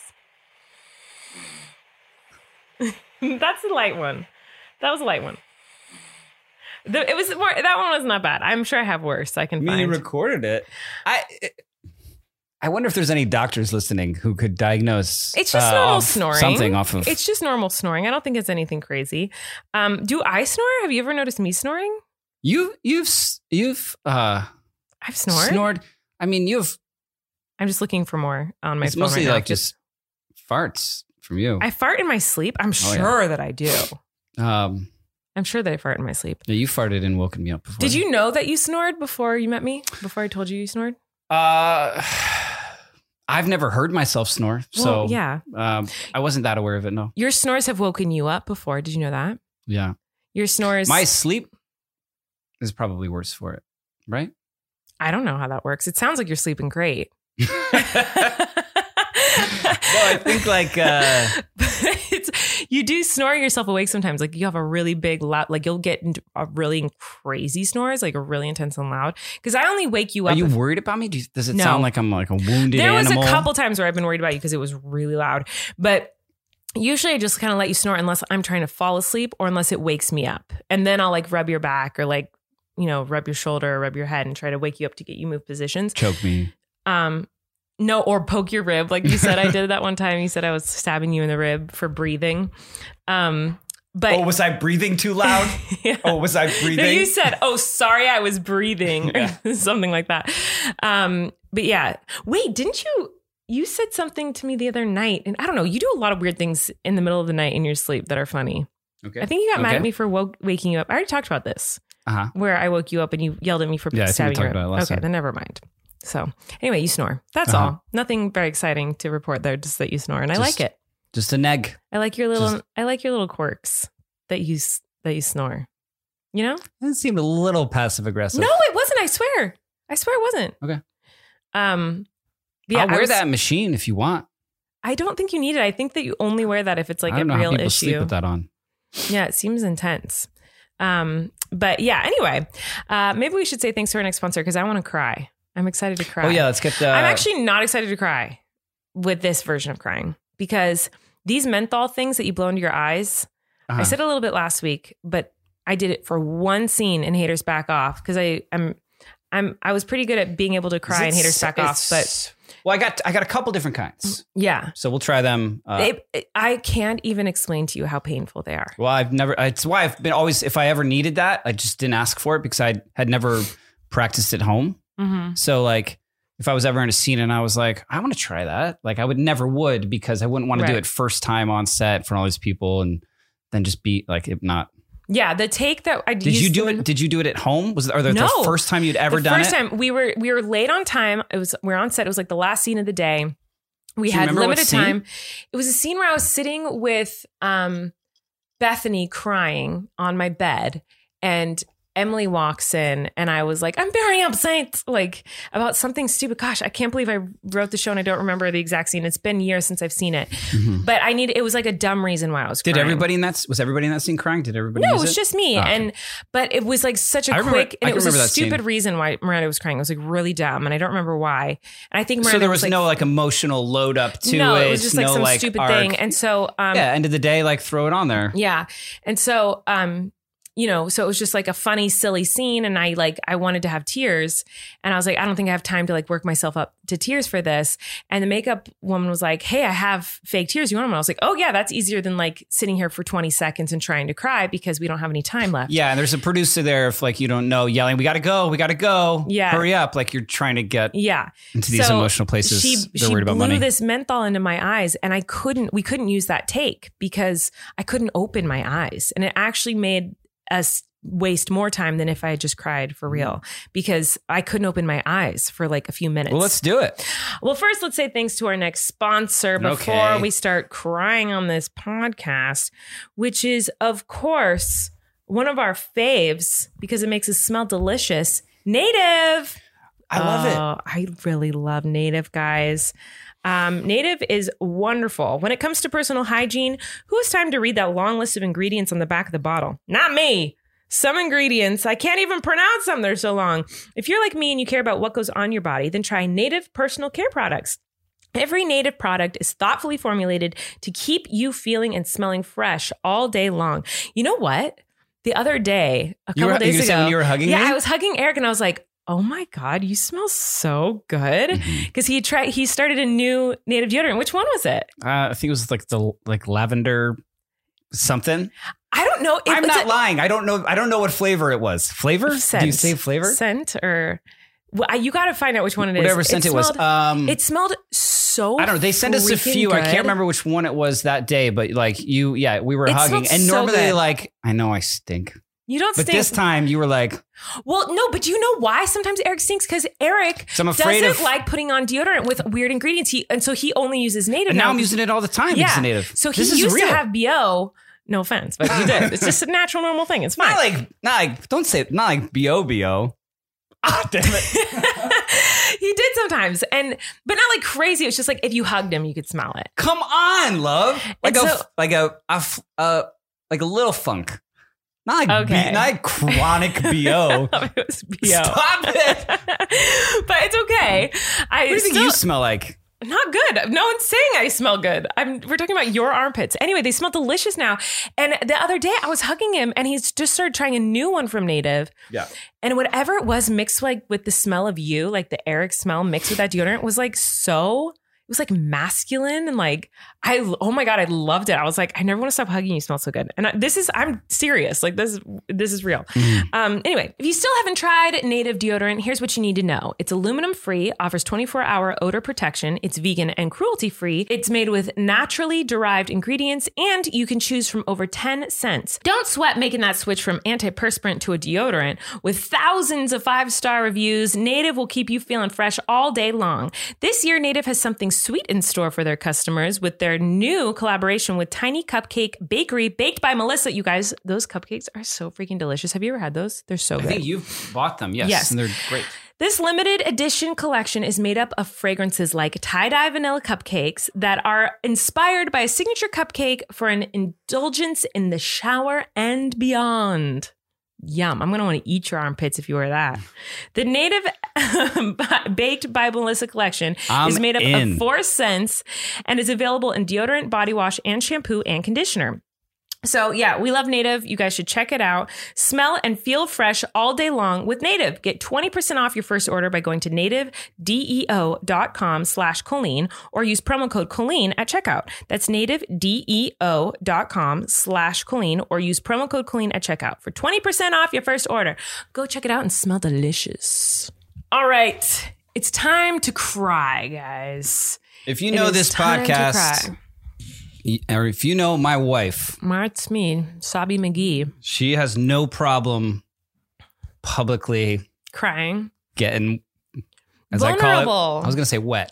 Speaker 2: That's a light one. That was a light one. The, it was more, that one was not bad. I'm sure I have worse. I can find.
Speaker 3: recorded it. I I wonder if there's any doctors listening who could diagnose.
Speaker 2: It's just
Speaker 3: uh,
Speaker 2: normal
Speaker 3: off
Speaker 2: snoring.
Speaker 3: Something off of.
Speaker 2: it's just normal snoring. I don't think it's anything crazy. Um, do I snore? Have you ever noticed me snoring?
Speaker 3: you you've s- you've uh
Speaker 2: I've snored.
Speaker 3: snored. I mean, you've
Speaker 2: I'm just looking for more on my
Speaker 3: it's
Speaker 2: phone
Speaker 3: mostly
Speaker 2: right now.
Speaker 3: like just farts from you.
Speaker 2: I fart in my sleep. I'm
Speaker 3: Oh, yeah.
Speaker 2: sure that I do.
Speaker 3: um,
Speaker 2: I'm sure that I fart in my sleep.
Speaker 3: yeah, you farted and woken me up before.
Speaker 2: Did you know that you snored before you met me? Before I told you you snored?
Speaker 3: Uh, I've never heard myself snore, so
Speaker 2: well, yeah.
Speaker 3: Um, I wasn't that aware of it. No,
Speaker 2: Your snores have woken you up before. Did you know that?
Speaker 3: yeah,
Speaker 2: Your snores.
Speaker 3: my sleep is probably worse for it, right?
Speaker 2: I don't know how that works. It sounds like you're sleeping great.
Speaker 3: like uh,
Speaker 2: it's you do snore yourself awake sometimes. Like you have a really big loud, like you'll get into a really crazy snores, like a really intense and loud. Because I only wake you
Speaker 3: are
Speaker 2: up.
Speaker 3: you
Speaker 2: if-
Speaker 3: worried about me? Do you, does it
Speaker 2: No.
Speaker 3: sound like I'm like a wounded
Speaker 2: there was
Speaker 3: animal?
Speaker 2: a couple times where I've been worried about you because it was really loud, but. Usually, I just kind of let you snore unless I'm trying to fall asleep or unless it wakes me up. And then I'll like rub your back or like, you know, rub your shoulder or rub your head and try to wake you up to get you move positions.
Speaker 3: choke me.
Speaker 2: Um, no, or poke your rib, like you said. I did that one time. You said I was stabbing you in the rib for breathing. Um, but
Speaker 3: Oh, was I breathing too loud?
Speaker 2: yeah.
Speaker 3: was I
Speaker 2: No, you said, "Oh, sorry, I was breathing," or something like that. Um, but yeah, wait, didn't you? You said something to me the other night, and I don't know. You do a lot of weird things in the middle of the night in your sleep that are funny.
Speaker 3: okay.
Speaker 2: I think you got mad
Speaker 3: Okay.
Speaker 2: at me for woke, waking you up. I already talked about this,
Speaker 3: Uh-huh.
Speaker 2: where I woke you up and you yelled at me for
Speaker 3: Yeah, I think we
Speaker 2: stabbing
Speaker 3: talked
Speaker 2: your.
Speaker 3: about it last
Speaker 2: okay,
Speaker 3: time.
Speaker 2: then never mind. So anyway, you snore. That's
Speaker 3: Uh-huh.
Speaker 2: all. Nothing very exciting to report there. Just that you snore, and I
Speaker 3: Just-
Speaker 2: like it.
Speaker 3: Just a neg.
Speaker 2: I like your little.
Speaker 3: just-
Speaker 2: I like your little quirks that you s- that you snore. You know.
Speaker 3: It seemed a little passive aggressive.
Speaker 2: No, it wasn't. I swear. I swear it wasn't.
Speaker 3: Okay.
Speaker 2: Um, yeah,
Speaker 3: I'll wear
Speaker 2: I was-
Speaker 3: that machine if you want.
Speaker 2: I don't think you need it. I think that you only wear that if it's like
Speaker 3: I don't
Speaker 2: a
Speaker 3: know how
Speaker 2: real
Speaker 3: people
Speaker 2: issue.
Speaker 3: sleep with that on.
Speaker 2: Yeah, it seems intense. Um, but yeah, anyway, uh, maybe we should say thanks to our next sponsor because I want to cry. I'm excited to cry.
Speaker 3: Oh yeah, let's get the.
Speaker 2: I'm actually not excited to cry with this version of crying because these menthol things that you blow into your eyes, I
Speaker 3: Uh-huh.
Speaker 2: said a little bit last week, but I did it for one scene in Haters Back Off because I am I'm I was pretty good at being able to cry in
Speaker 3: Is it
Speaker 2: Haters
Speaker 3: s-
Speaker 2: Back Off, but
Speaker 3: it's- well, I got I got a couple different kinds,
Speaker 2: yeah.
Speaker 3: so we'll try them. Uh,
Speaker 2: It- I can't even explain to you how painful they are.
Speaker 3: well, I've never. It's why I've been always. If I ever needed that, I just didn't ask for it because I had never practiced at home.
Speaker 2: Mm-hmm.
Speaker 3: So like if I was ever in a scene and I was like, I want to try that, like I would never would because I wouldn't want to do
Speaker 2: Right.
Speaker 3: it first time on set in front of all these people and then just be like if not.
Speaker 2: Yeah, the take that I
Speaker 3: Did you do it? Did you do it at home? Was or the,
Speaker 2: No.
Speaker 3: the first time you'd ever
Speaker 2: the
Speaker 3: done
Speaker 2: first
Speaker 3: it?
Speaker 2: time we were we were late on time. It was we were on set. It was like the last scene of the day. We
Speaker 3: Do you
Speaker 2: had
Speaker 3: remember what
Speaker 2: limited
Speaker 3: scene?
Speaker 2: time. It was a scene where I was sitting with um, Bethany crying on my bed, and Emily walks in, and I was like, "I'm very upset, like about something stupid." Gosh, I can't believe I wrote the show and I don't remember the exact scene. It's been years since I've seen it,
Speaker 3: Mhm.
Speaker 2: but I need. It was like a dumb reason why I was.
Speaker 3: Did
Speaker 2: crying.
Speaker 3: everybody in that was everybody in that scene crying? Did everybody?
Speaker 2: No,
Speaker 3: use
Speaker 2: it was
Speaker 3: it?
Speaker 2: just me,
Speaker 3: Oh, okay.
Speaker 2: and but it was like such a
Speaker 3: I remember-
Speaker 2: quick,
Speaker 3: I
Speaker 2: and it
Speaker 3: can
Speaker 2: was a
Speaker 3: remember that
Speaker 2: stupid
Speaker 3: scene.
Speaker 2: reason why Miranda was crying. It was like really dumb, and I don't remember why. And I think Miranda
Speaker 3: so there was
Speaker 2: like,
Speaker 3: no like emotional load up to
Speaker 2: no,
Speaker 3: it.
Speaker 2: it was just like
Speaker 3: no,
Speaker 2: some stupid
Speaker 3: arc.
Speaker 2: thing, and so um,
Speaker 3: yeah, end of the day, like throw it on there.
Speaker 2: yeah. And so, um, you know, so it was just like a funny, silly scene. And I like, I wanted to have tears. And I was like, I don't think I have time to like work myself up to tears for this. And the makeup woman was like, Hey, I have fake tears. You want them? I was like, Oh, yeah, that's easier than like sitting here for 20 seconds and trying to cry because we don't have any time left.
Speaker 3: Yeah, and there's a producer there if like you don't know yelling, "We gotta go, we gotta go,
Speaker 2: Yeah.
Speaker 3: hurry up!" Like you're trying to get
Speaker 2: Yeah.
Speaker 3: into these
Speaker 2: So
Speaker 3: emotional places.
Speaker 2: she
Speaker 3: They're
Speaker 2: she
Speaker 3: worried about
Speaker 2: blew
Speaker 3: money.
Speaker 2: this menthol into my eyes, and I couldn't. We couldn't use that take because I couldn't open my eyes, and it actually made us waste more time than if I had just cried for real because I couldn't open my eyes for like a few minutes.
Speaker 3: well, let's do it.
Speaker 2: Well, first, let's say thanks to our next sponsor before
Speaker 3: Okay.
Speaker 2: we start crying on this podcast, which is, of course, one of our faves because it makes us smell delicious. Native.
Speaker 3: I love it.
Speaker 2: Oh, I really love Native, guys. Um, Native is wonderful. When it comes to personal hygiene, who has time to read that long list of ingredients on the back of the bottle? Not me. Some ingredients, I can't even pronounce them, they're so long. If you're like me and you care about what goes on your body, then try Native personal care products. Every native product is thoughtfully formulated to keep you feeling and smelling fresh all day long. You know what? The other day, a
Speaker 3: You
Speaker 2: couple
Speaker 3: were, you
Speaker 2: days
Speaker 3: were
Speaker 2: ago,
Speaker 3: saying when you were hugging
Speaker 2: yeah,
Speaker 3: me?
Speaker 2: I was hugging Eric and I was like, "Oh my god, you smell so good."
Speaker 3: Mm-hmm.
Speaker 2: Cuz he tried he started a new native deodorant. Which one was it?
Speaker 3: Uh, I think it was like the like lavender something.
Speaker 2: I don't know. It
Speaker 3: I'm
Speaker 2: was
Speaker 3: not
Speaker 2: a
Speaker 3: lying. I don't know. I don't know what flavor it was. Flavor?
Speaker 2: scent.
Speaker 3: Do you say flavor?
Speaker 2: Scent or well, I- you got to find out which one it is.
Speaker 3: Whatever scent it, was.
Speaker 2: smelled-
Speaker 3: Um,
Speaker 2: it smelled so
Speaker 3: I don't know. They sent us a
Speaker 2: freaking
Speaker 3: few. I can't
Speaker 2: good.
Speaker 3: remember which one it was that day, but like you, yeah, we were
Speaker 2: It
Speaker 3: hugging,
Speaker 2: smelled
Speaker 3: and
Speaker 2: so
Speaker 3: normally
Speaker 2: good.
Speaker 3: like I know I stink,
Speaker 2: You don't
Speaker 3: but
Speaker 2: stink.
Speaker 3: this time you were like,
Speaker 2: well, no, but do you know why sometimes Eric stinks cuz Eric
Speaker 3: so I'm afraid
Speaker 2: doesn't
Speaker 3: of.
Speaker 2: like putting on deodorant with weird ingredients. He and so he only uses native
Speaker 3: and now I'm
Speaker 2: because-
Speaker 3: using it all the time.
Speaker 2: Yeah.
Speaker 3: It's native.
Speaker 2: So he
Speaker 3: this is
Speaker 2: used
Speaker 3: real.
Speaker 2: to have BO. No offense, but he did. It's just a natural, normal thing. It's fine.
Speaker 3: not like not like don't say not like bo bo. Ah, damn it.
Speaker 2: he did sometimes, and but not like crazy. It was just like if you hugged him, you could smell it.
Speaker 3: Come on, love. Like
Speaker 2: And
Speaker 3: a
Speaker 2: so-
Speaker 3: like a, a f- uh, like a little funk. Not like B-
Speaker 2: Okay.
Speaker 3: not like chronic bo.
Speaker 2: it was BO.
Speaker 3: Stop it.
Speaker 2: but it's okay. I
Speaker 3: What do you think
Speaker 2: still-
Speaker 3: you smell like?
Speaker 2: not good. No one's saying I smell good. I'm, we're talking about your armpits. Anyway, they smell delicious now. And the other day I was hugging him and he's just started trying a new one from Native.
Speaker 3: Yeah.
Speaker 2: And whatever it was mixed like with the smell of you, like the Eric smell mixed with that deodorant was like so it was like masculine and like I oh my god, I loved it. I was like I never want to stop hugging you. You Smell so good. And I, this is I'm serious. Like this this is real. Um, anyway, if you still haven't tried native deodorant, here's what you need to know. It's aluminum free, offers 24 hour odor protection, it's vegan and cruelty free, it's made with naturally derived ingredients, and you can choose from over 10 scents. Don't sweat making that switch from antiperspirant to a deodorant. With thousands of five star reviews, Native will keep you feeling fresh all day long. This year, Native has something sweet in store for their customers with their new collaboration with Tiny Cupcake Bakery, baked by Melissa. You guys, those cupcakes are so freaking delicious. Have you ever had those? They're so
Speaker 3: I
Speaker 2: good.
Speaker 3: think you've bought them. Yes.
Speaker 2: Yes.
Speaker 3: And they're great.
Speaker 2: This limited edition collection is made up of fragrances like tie dye vanilla cupcakes that are inspired by a signature cupcake for an indulgence in the shower and beyond. Yum. I'm going to want to eat your armpits if you wear that. The native baked by Melissa collection
Speaker 3: I'm
Speaker 2: is made up
Speaker 3: in.
Speaker 2: of four scents and is available in deodorant, body wash, and shampoo and conditioner. So, yeah, we love Native. You guys should check it out. Smell and feel fresh all day long with Native. Get 20% off your first order by going to E nativedeo.com slash Colleen or use promo code Colleen at checkout. That's E nativedeo.com slash Colleen or use promo code Colleen at checkout for 20% off your first order. Go check it out and smell delicious. All right. It's time to cry, guys.
Speaker 3: If you
Speaker 2: It
Speaker 3: know
Speaker 2: is
Speaker 3: this
Speaker 2: time to
Speaker 3: podcast,
Speaker 2: cry.
Speaker 3: y- or if you know my wife,
Speaker 2: Mart's me, Sabi McGee,
Speaker 3: she has no problem publicly
Speaker 2: crying.
Speaker 3: getting as I
Speaker 2: Vulnerable.
Speaker 3: call it. I was gonna say wet.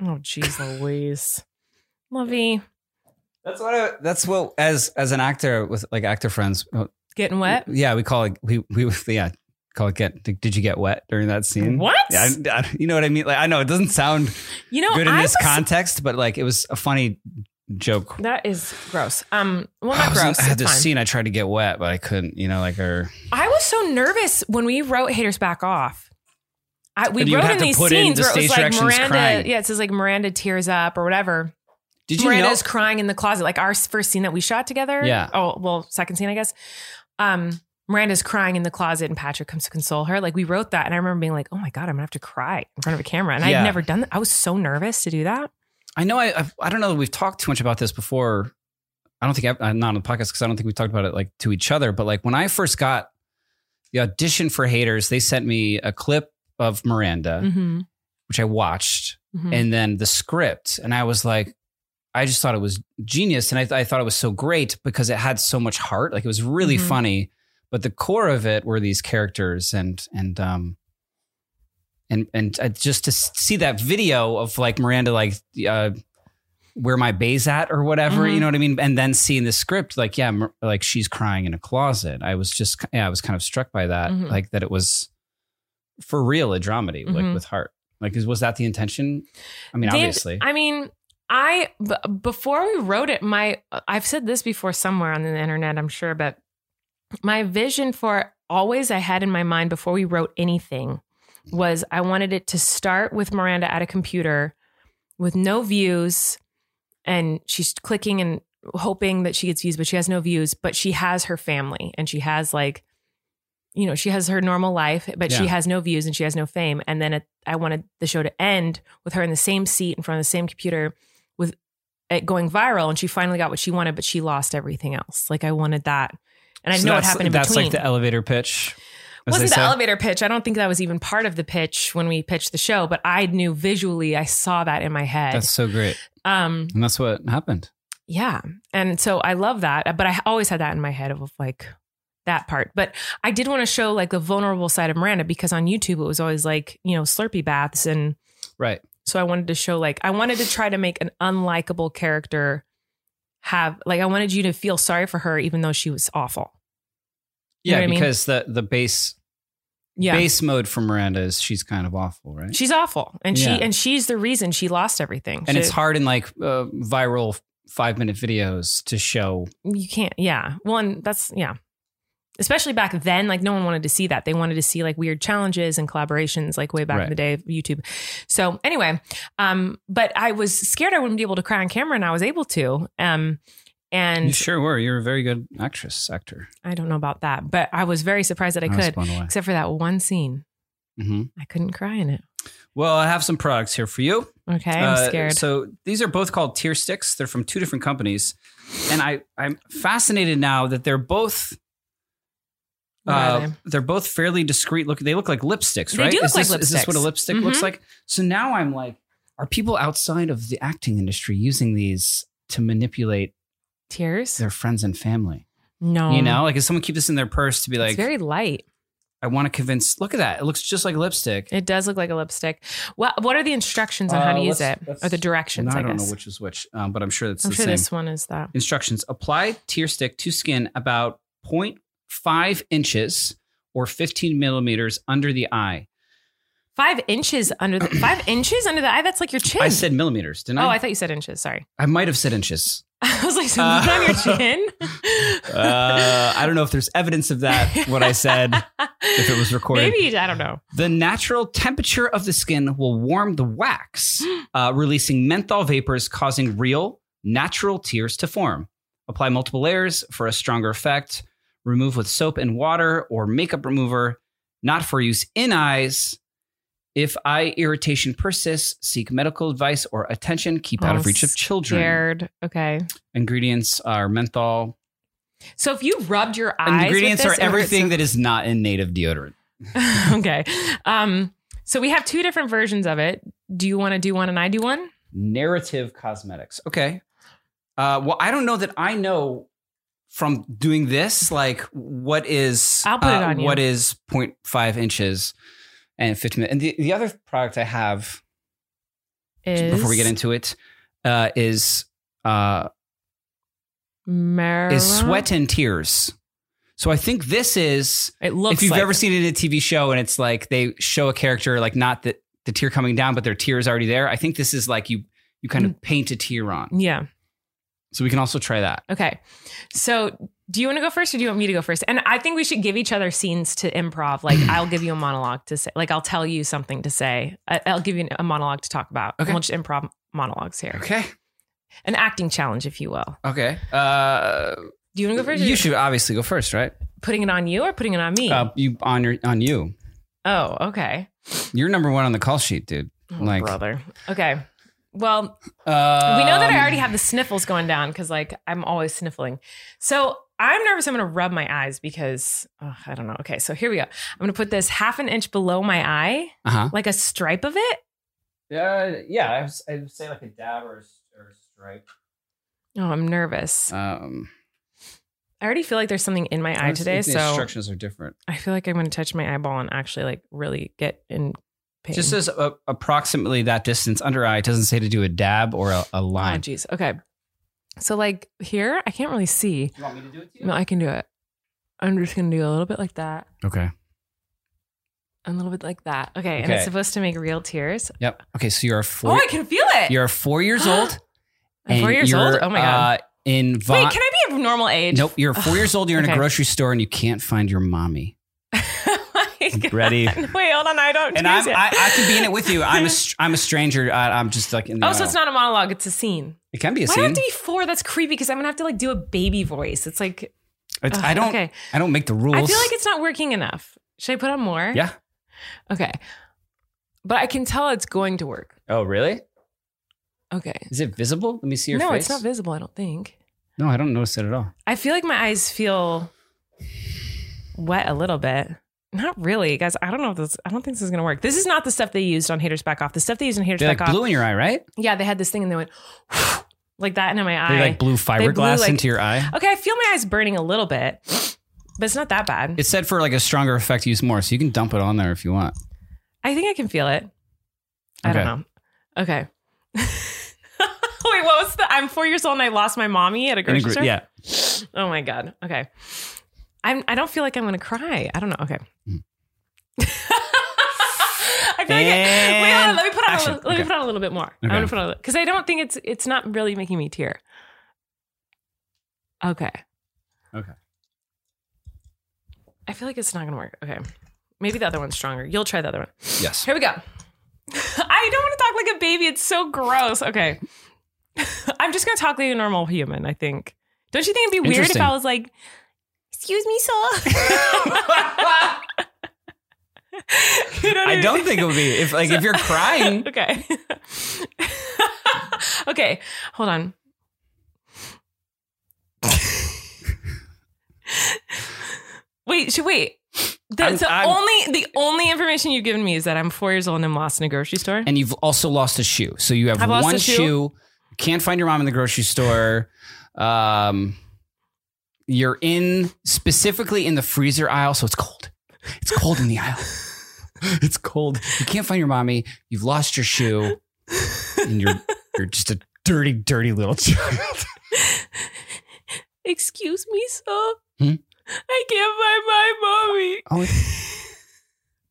Speaker 2: Oh, jeez Louise. Lovey.
Speaker 3: That's what. I, that's what. As as an actor with like actor friends, uh,
Speaker 2: Getting wet?
Speaker 3: yeah, we call it. We we yeah call it. Get did, did you get wet during that scene?
Speaker 2: What?
Speaker 3: Yeah, I- I- you know what I mean. Like I know it doesn't sound
Speaker 2: You know,
Speaker 3: good in
Speaker 2: I
Speaker 3: this
Speaker 2: was-
Speaker 3: context, but like it was a funny joke.
Speaker 2: that is gross. Um, well,
Speaker 3: I,
Speaker 2: not
Speaker 3: was-
Speaker 2: gross.
Speaker 3: I had
Speaker 2: it's
Speaker 3: this
Speaker 2: fine.
Speaker 3: scene. I tried to get wet, but I couldn't. You know, like her.
Speaker 2: I was so nervous when we wrote "Haters Back Off." I, we
Speaker 3: And you
Speaker 2: wrote
Speaker 3: have
Speaker 2: in
Speaker 3: to
Speaker 2: these
Speaker 3: put in
Speaker 2: scenes
Speaker 3: the
Speaker 2: where it was
Speaker 3: stage
Speaker 2: like
Speaker 3: directions
Speaker 2: Miranda.
Speaker 3: crying.
Speaker 2: Yeah, it says like Miranda tears up or whatever.
Speaker 3: Did you know?
Speaker 2: Miranda's crying in the closet. Like our first scene that we shot together.
Speaker 3: Yeah.
Speaker 2: Oh, well, second scene, I guess. Um, Miranda's crying in the closet and Patrick comes to console her. Like we wrote that. And I remember being like, oh my God, I'm gonna have to cry in front of a camera. And
Speaker 3: Yeah.
Speaker 2: I'd never done that. I was so nervous to do that.
Speaker 3: I know. I I've, I don't know that we've talked too much about this before. I don't think I've, I'm not on the podcast because I don't think we talked about it like to each other. But like when I first got the audition for Haters, they sent me a clip of Miranda,
Speaker 2: Mm-hmm.
Speaker 3: which I watched,
Speaker 2: Mhm.
Speaker 3: and then the script, and I was like, I just thought it was genius, and I, th- I thought it was so great because it had so much heart. Like it was really
Speaker 2: Mhm.
Speaker 3: funny, but the core of it were these characters, and and um. And and uh, just to s- see that video of like Miranda like uh, where my bay's at or whatever,
Speaker 2: Mhm.
Speaker 3: you know what I mean? And then seeing the script, like, yeah, Mer- like she's crying in a closet. I was just, yeah, I was kind of struck by that,
Speaker 2: Mhm.
Speaker 3: like that it was for real a dramedy, like
Speaker 2: Mhm.
Speaker 3: with heart. Like, is, was that the intention? I mean,
Speaker 2: They-
Speaker 3: obviously.
Speaker 2: I mean, I b- before we wrote it, my I've said this before somewhere on the internet, I'm sure, but my vision for always I had in my mind before we wrote anything was I wanted it to start with Miranda at a computer with no views and she's clicking and hoping that she gets views but she has no views but she has her family and she has like you know she has her normal life but she
Speaker 3: Yeah.
Speaker 2: has no views and she has no fame and then it, I wanted the show to end with her in the same seat in front of the same computer with it going viral and she finally got what she wanted but she lost everything else like I wanted that and I
Speaker 3: So
Speaker 2: know what
Speaker 3: that's-
Speaker 2: happened in
Speaker 3: That's
Speaker 2: between
Speaker 3: like the elevator pitch. as
Speaker 2: wasn't the
Speaker 3: they say.
Speaker 2: elevator pitch. I don't think that was even part of the pitch when we pitched the show, but I knew visually I saw that in my head.
Speaker 3: That's so great.
Speaker 2: um
Speaker 3: And that's what happened.
Speaker 2: yeah. And so I love that, but I always had that in my head of like that part. But I did want to show like the vulnerable side of Miranda because on YouTube it was always like, you know, slurpee baths and
Speaker 3: Right.
Speaker 2: so I wanted to show like I wanted to try to make an unlikable character have like I wanted you to feel sorry for her even though she was awful. You know
Speaker 3: Yeah.
Speaker 2: what I mean?
Speaker 3: because the, the base,
Speaker 2: Yeah.
Speaker 3: base mode for Miranda is she's kind of awful, right?
Speaker 2: She's awful. And
Speaker 3: Yeah.
Speaker 2: she and she's the reason she lost everything.
Speaker 3: and
Speaker 2: She-
Speaker 3: it's hard in like uh, viral five minute videos to show
Speaker 2: you can't yeah well and that's yeah especially back then like no one wanted to see that they wanted to see like weird challenges and collaborations like way back
Speaker 3: Right.
Speaker 2: in the day of youtube so anyway um but i was scared i wouldn't be able to cry on camera and i was able to um
Speaker 3: You
Speaker 2: and
Speaker 3: sure were. You're a very good actress, actor.
Speaker 2: i don't know about that but i was very surprised that i,
Speaker 3: was
Speaker 2: could
Speaker 3: blown away.
Speaker 2: except for that one scene
Speaker 3: hmm
Speaker 2: i couldn't cry in it
Speaker 3: Well, I have some products here for you.
Speaker 2: okay i'm
Speaker 3: Uh,
Speaker 2: scared
Speaker 3: So these are both called tear sticks. They're from two different companies, and I I'm fascinated now that they're both.
Speaker 2: What are
Speaker 3: Uh,
Speaker 2: they?
Speaker 3: they're both fairly discreet looking. They look like lipsticks,
Speaker 2: They
Speaker 3: right?
Speaker 2: do look
Speaker 3: is, this,
Speaker 2: like
Speaker 3: is this what a
Speaker 2: lipsticks.
Speaker 3: lipstick
Speaker 2: Mhm.
Speaker 3: looks like? So now I'm like, are people outside of the acting industry using these to manipulate
Speaker 2: tears
Speaker 3: their friends and family?
Speaker 2: no
Speaker 3: you know, like, does someone keep this in their purse to be
Speaker 2: Oh. it's
Speaker 3: like,
Speaker 2: very light
Speaker 3: I want to convince? Look at that. It looks just like lipstick.
Speaker 2: it does look like a lipstick what, what are the instructions on how
Speaker 3: Uh,
Speaker 2: to use
Speaker 3: let's-
Speaker 2: it
Speaker 3: let's-
Speaker 2: or the directions
Speaker 3: Now
Speaker 2: i,
Speaker 3: I don't
Speaker 2: guess
Speaker 3: know which is which, um, but I'm sure it's
Speaker 2: i'm
Speaker 3: the
Speaker 2: sure
Speaker 3: same.
Speaker 2: this one is that
Speaker 3: instructions apply tear stick to skin about 0.5 inches or 15 millimeters under the eye
Speaker 2: Five inches under the five inches under the eye. That's like your chin.
Speaker 3: I said millimeters, didn't
Speaker 2: oh,
Speaker 3: I?
Speaker 2: I thought you said inches. Sorry,
Speaker 3: I might have said inches.
Speaker 2: I was like, so
Speaker 3: Uh,
Speaker 2: is it on your chin.
Speaker 3: Uh, I don't know if there's evidence of that, what I said, if it was recorded.
Speaker 2: Maybe I don't know.
Speaker 3: The natural temperature of the skin will warm the wax, uh, releasing menthol vapors, causing real, natural tears to form. Apply multiple layers for a stronger effect. Remove with soap and water or makeup remover, not for use in eyes. If eye irritation persists, seek medical advice or attention. Keep out
Speaker 2: Oh,
Speaker 3: of reach of children.
Speaker 2: Scared. Okay.
Speaker 3: Ingredients are menthol.
Speaker 2: So if you rubbed your eyes, with
Speaker 3: Ingredients
Speaker 2: this,
Speaker 3: are
Speaker 2: it would hurt
Speaker 3: everything that is not in native deodorant.
Speaker 2: so- okay. Um. So we have two different versions of it. Do you want to do one and I do one?
Speaker 3: narrative cosmetics. Okay. Uh, well, I don't know that I know from doing this, like what is
Speaker 2: I'll put it
Speaker 3: uh,
Speaker 2: on you.
Speaker 3: what is 0.5 inches and 50 minutes. And the, the other product I have
Speaker 2: Is
Speaker 3: before we get into it uh, is uh,
Speaker 2: Mara?
Speaker 3: is sweat and tears. So I think this is
Speaker 2: It looks.
Speaker 3: if you've
Speaker 2: like
Speaker 3: ever seen it in a TV show and it's like they show a character like not the, the tear coming down, but their tear is already there. I think this is like you you kind
Speaker 2: Mm.
Speaker 3: of paint a tear on.
Speaker 2: Yeah.
Speaker 3: So we can also try that.
Speaker 2: Okay. So do you want to go first or do you want me to go first? And I think we should give each other scenes to improv. Like I'll give you a monologue to say, like I'll tell you something to say. I, I'll give you a monologue to talk about.
Speaker 3: Okay.
Speaker 2: We'll just improv monologues here.
Speaker 3: Okay.
Speaker 2: An acting challenge, if you will.
Speaker 3: Okay. Uh,
Speaker 2: Do you want to go first?
Speaker 3: you should obviously go first, right?
Speaker 2: Putting it on you or putting it on me?
Speaker 3: Uh, you on your on you.
Speaker 2: oh, okay.
Speaker 3: You're number one on the call sheet, dude.
Speaker 2: Oh,
Speaker 3: Like-
Speaker 2: brother. Okay. Well,
Speaker 3: Uh,
Speaker 2: we know that I already have the sniffles going down because like I'm always sniffling. So I'm nervous. I'm going to rub my eyes because oh, I don't know. Okay. So here we go. I'm going to put this half an inch below my eye.
Speaker 3: Uh huh.
Speaker 2: like a stripe of it.
Speaker 3: Yeah, Uh, yeah. I was, I'd say like a dab or a, or a stripe.
Speaker 2: Oh, I'm nervous.
Speaker 3: Um,
Speaker 2: I already feel like there's something in my eye today,
Speaker 3: the
Speaker 2: so
Speaker 3: instructions are different.
Speaker 2: I feel like I'm going to touch my eyeball and actually like really get in pain.
Speaker 3: Just as uh, approximately that distance under eye it doesn't say to do a dab or a, a
Speaker 2: oh,
Speaker 3: line.
Speaker 2: geez. Okay. So like here, I can't really see.
Speaker 3: you want me to do it to
Speaker 2: No, I can do it. I'm just going to do a little bit like that,
Speaker 3: Okay.
Speaker 2: a little bit like that. Okay, and
Speaker 3: Okay.
Speaker 2: it's supposed to make real tears.
Speaker 3: Yep. Okay. So you're a four.
Speaker 2: oh, I can feel it.
Speaker 3: you're four years old.
Speaker 2: I'm four
Speaker 3: and
Speaker 2: years old.
Speaker 3: you're,
Speaker 2: Oh my god.
Speaker 3: Uh, in Va-
Speaker 2: Wait, can I be of normal age?
Speaker 3: Nope, you're four years old. You're in
Speaker 2: Okay.
Speaker 3: a grocery store and you can't find your mommy.
Speaker 2: Oh my God.
Speaker 3: Ready.
Speaker 2: Wait, hold on. I don't.
Speaker 3: And
Speaker 2: do
Speaker 3: I'm,
Speaker 2: it.
Speaker 3: I, I can be in it with you. I'm a, str- I'm a stranger. I, I'm just like in the
Speaker 2: Oh, so it's not a monologue. It's a scene.
Speaker 3: It can be
Speaker 2: Why
Speaker 3: a
Speaker 2: do I have
Speaker 3: scene.
Speaker 2: to be four? That's creepy because I'm gonna have to like do a baby voice. It's like
Speaker 3: It's-
Speaker 2: Ugh,
Speaker 3: I don't.
Speaker 2: okay.
Speaker 3: I don't make the rules.
Speaker 2: I feel like it's not working enough. Should I put on more?
Speaker 3: Yeah.
Speaker 2: Okay. But I can tell it's going to work.
Speaker 3: Oh, really?
Speaker 2: Okay.
Speaker 3: Is it visible? Let me see your
Speaker 2: no,
Speaker 3: face.
Speaker 2: it's not visible. I don't think.
Speaker 3: No, I don't notice it at all.
Speaker 2: I feel like my eyes feel wet a little bit. Not really, guys. I don't know if this. I don't think this is gonna work. This is not the stuff they used on Haters Back Off. The stuff they used on Haters
Speaker 3: They like
Speaker 2: Back Off.
Speaker 3: blew in your eye, right?
Speaker 2: Yeah, they had this thing and they went like that into my eye.
Speaker 3: They like blew fiberglass
Speaker 2: like-
Speaker 3: into your eye.
Speaker 2: okay, I feel my eyes burning a little bit, but it's not that bad.
Speaker 3: It said for like a stronger effect, use more. So you can dump it on there if you want.
Speaker 2: I think I can feel it. I don't
Speaker 3: Okay.
Speaker 2: know. Okay. Wait, what was the? I'm four years old and I lost my mommy at a grocery store.
Speaker 3: yeah.
Speaker 2: Oh my god. Okay. I'm. I don't feel like I'm gonna cry. I don't know. Okay.
Speaker 3: Hmm.
Speaker 2: I feel like. I, wait, hold on,
Speaker 3: And
Speaker 2: let me put on. A
Speaker 3: action.
Speaker 2: little, let
Speaker 3: Okay.
Speaker 2: me put on a little bit more. I'm
Speaker 3: Okay.
Speaker 2: gonna put on because I don't think it's. It's not really making me tear. Okay.
Speaker 3: Okay.
Speaker 2: I feel like it's not gonna work. Okay. Maybe the other one's stronger. You'll try the other one.
Speaker 3: Yes.
Speaker 2: Here we go. I don't want to talk like a baby. It's so gross. Okay. I'm just going to talk like a normal human, I think. Don't you think it'd be weird if
Speaker 3: Interesting.
Speaker 2: I was like, excuse me, sir? You know what
Speaker 3: I
Speaker 2: mean?
Speaker 3: don't think it would be if like if you're crying.
Speaker 2: Okay. okay. Hold on. wait, should wait.
Speaker 3: I'm-
Speaker 2: That's the
Speaker 3: I'm-
Speaker 2: only the only information you've given me is that I'm four years old and I'm lost in a grocery store.
Speaker 3: and you've also lost a shoe. So you have
Speaker 2: I've lost
Speaker 3: one
Speaker 2: a shoe?
Speaker 3: shoe. Can't find your mom in the grocery store. Um, you're in specifically in the freezer aisle, so it's cold. It's cold in the aisle. It's cold. You can't find your mommy. You've lost your shoe, and you're you're just a dirty, dirty little child.
Speaker 2: Excuse me, sir.
Speaker 3: Hmm?
Speaker 2: I can't find my mommy.
Speaker 3: Oh,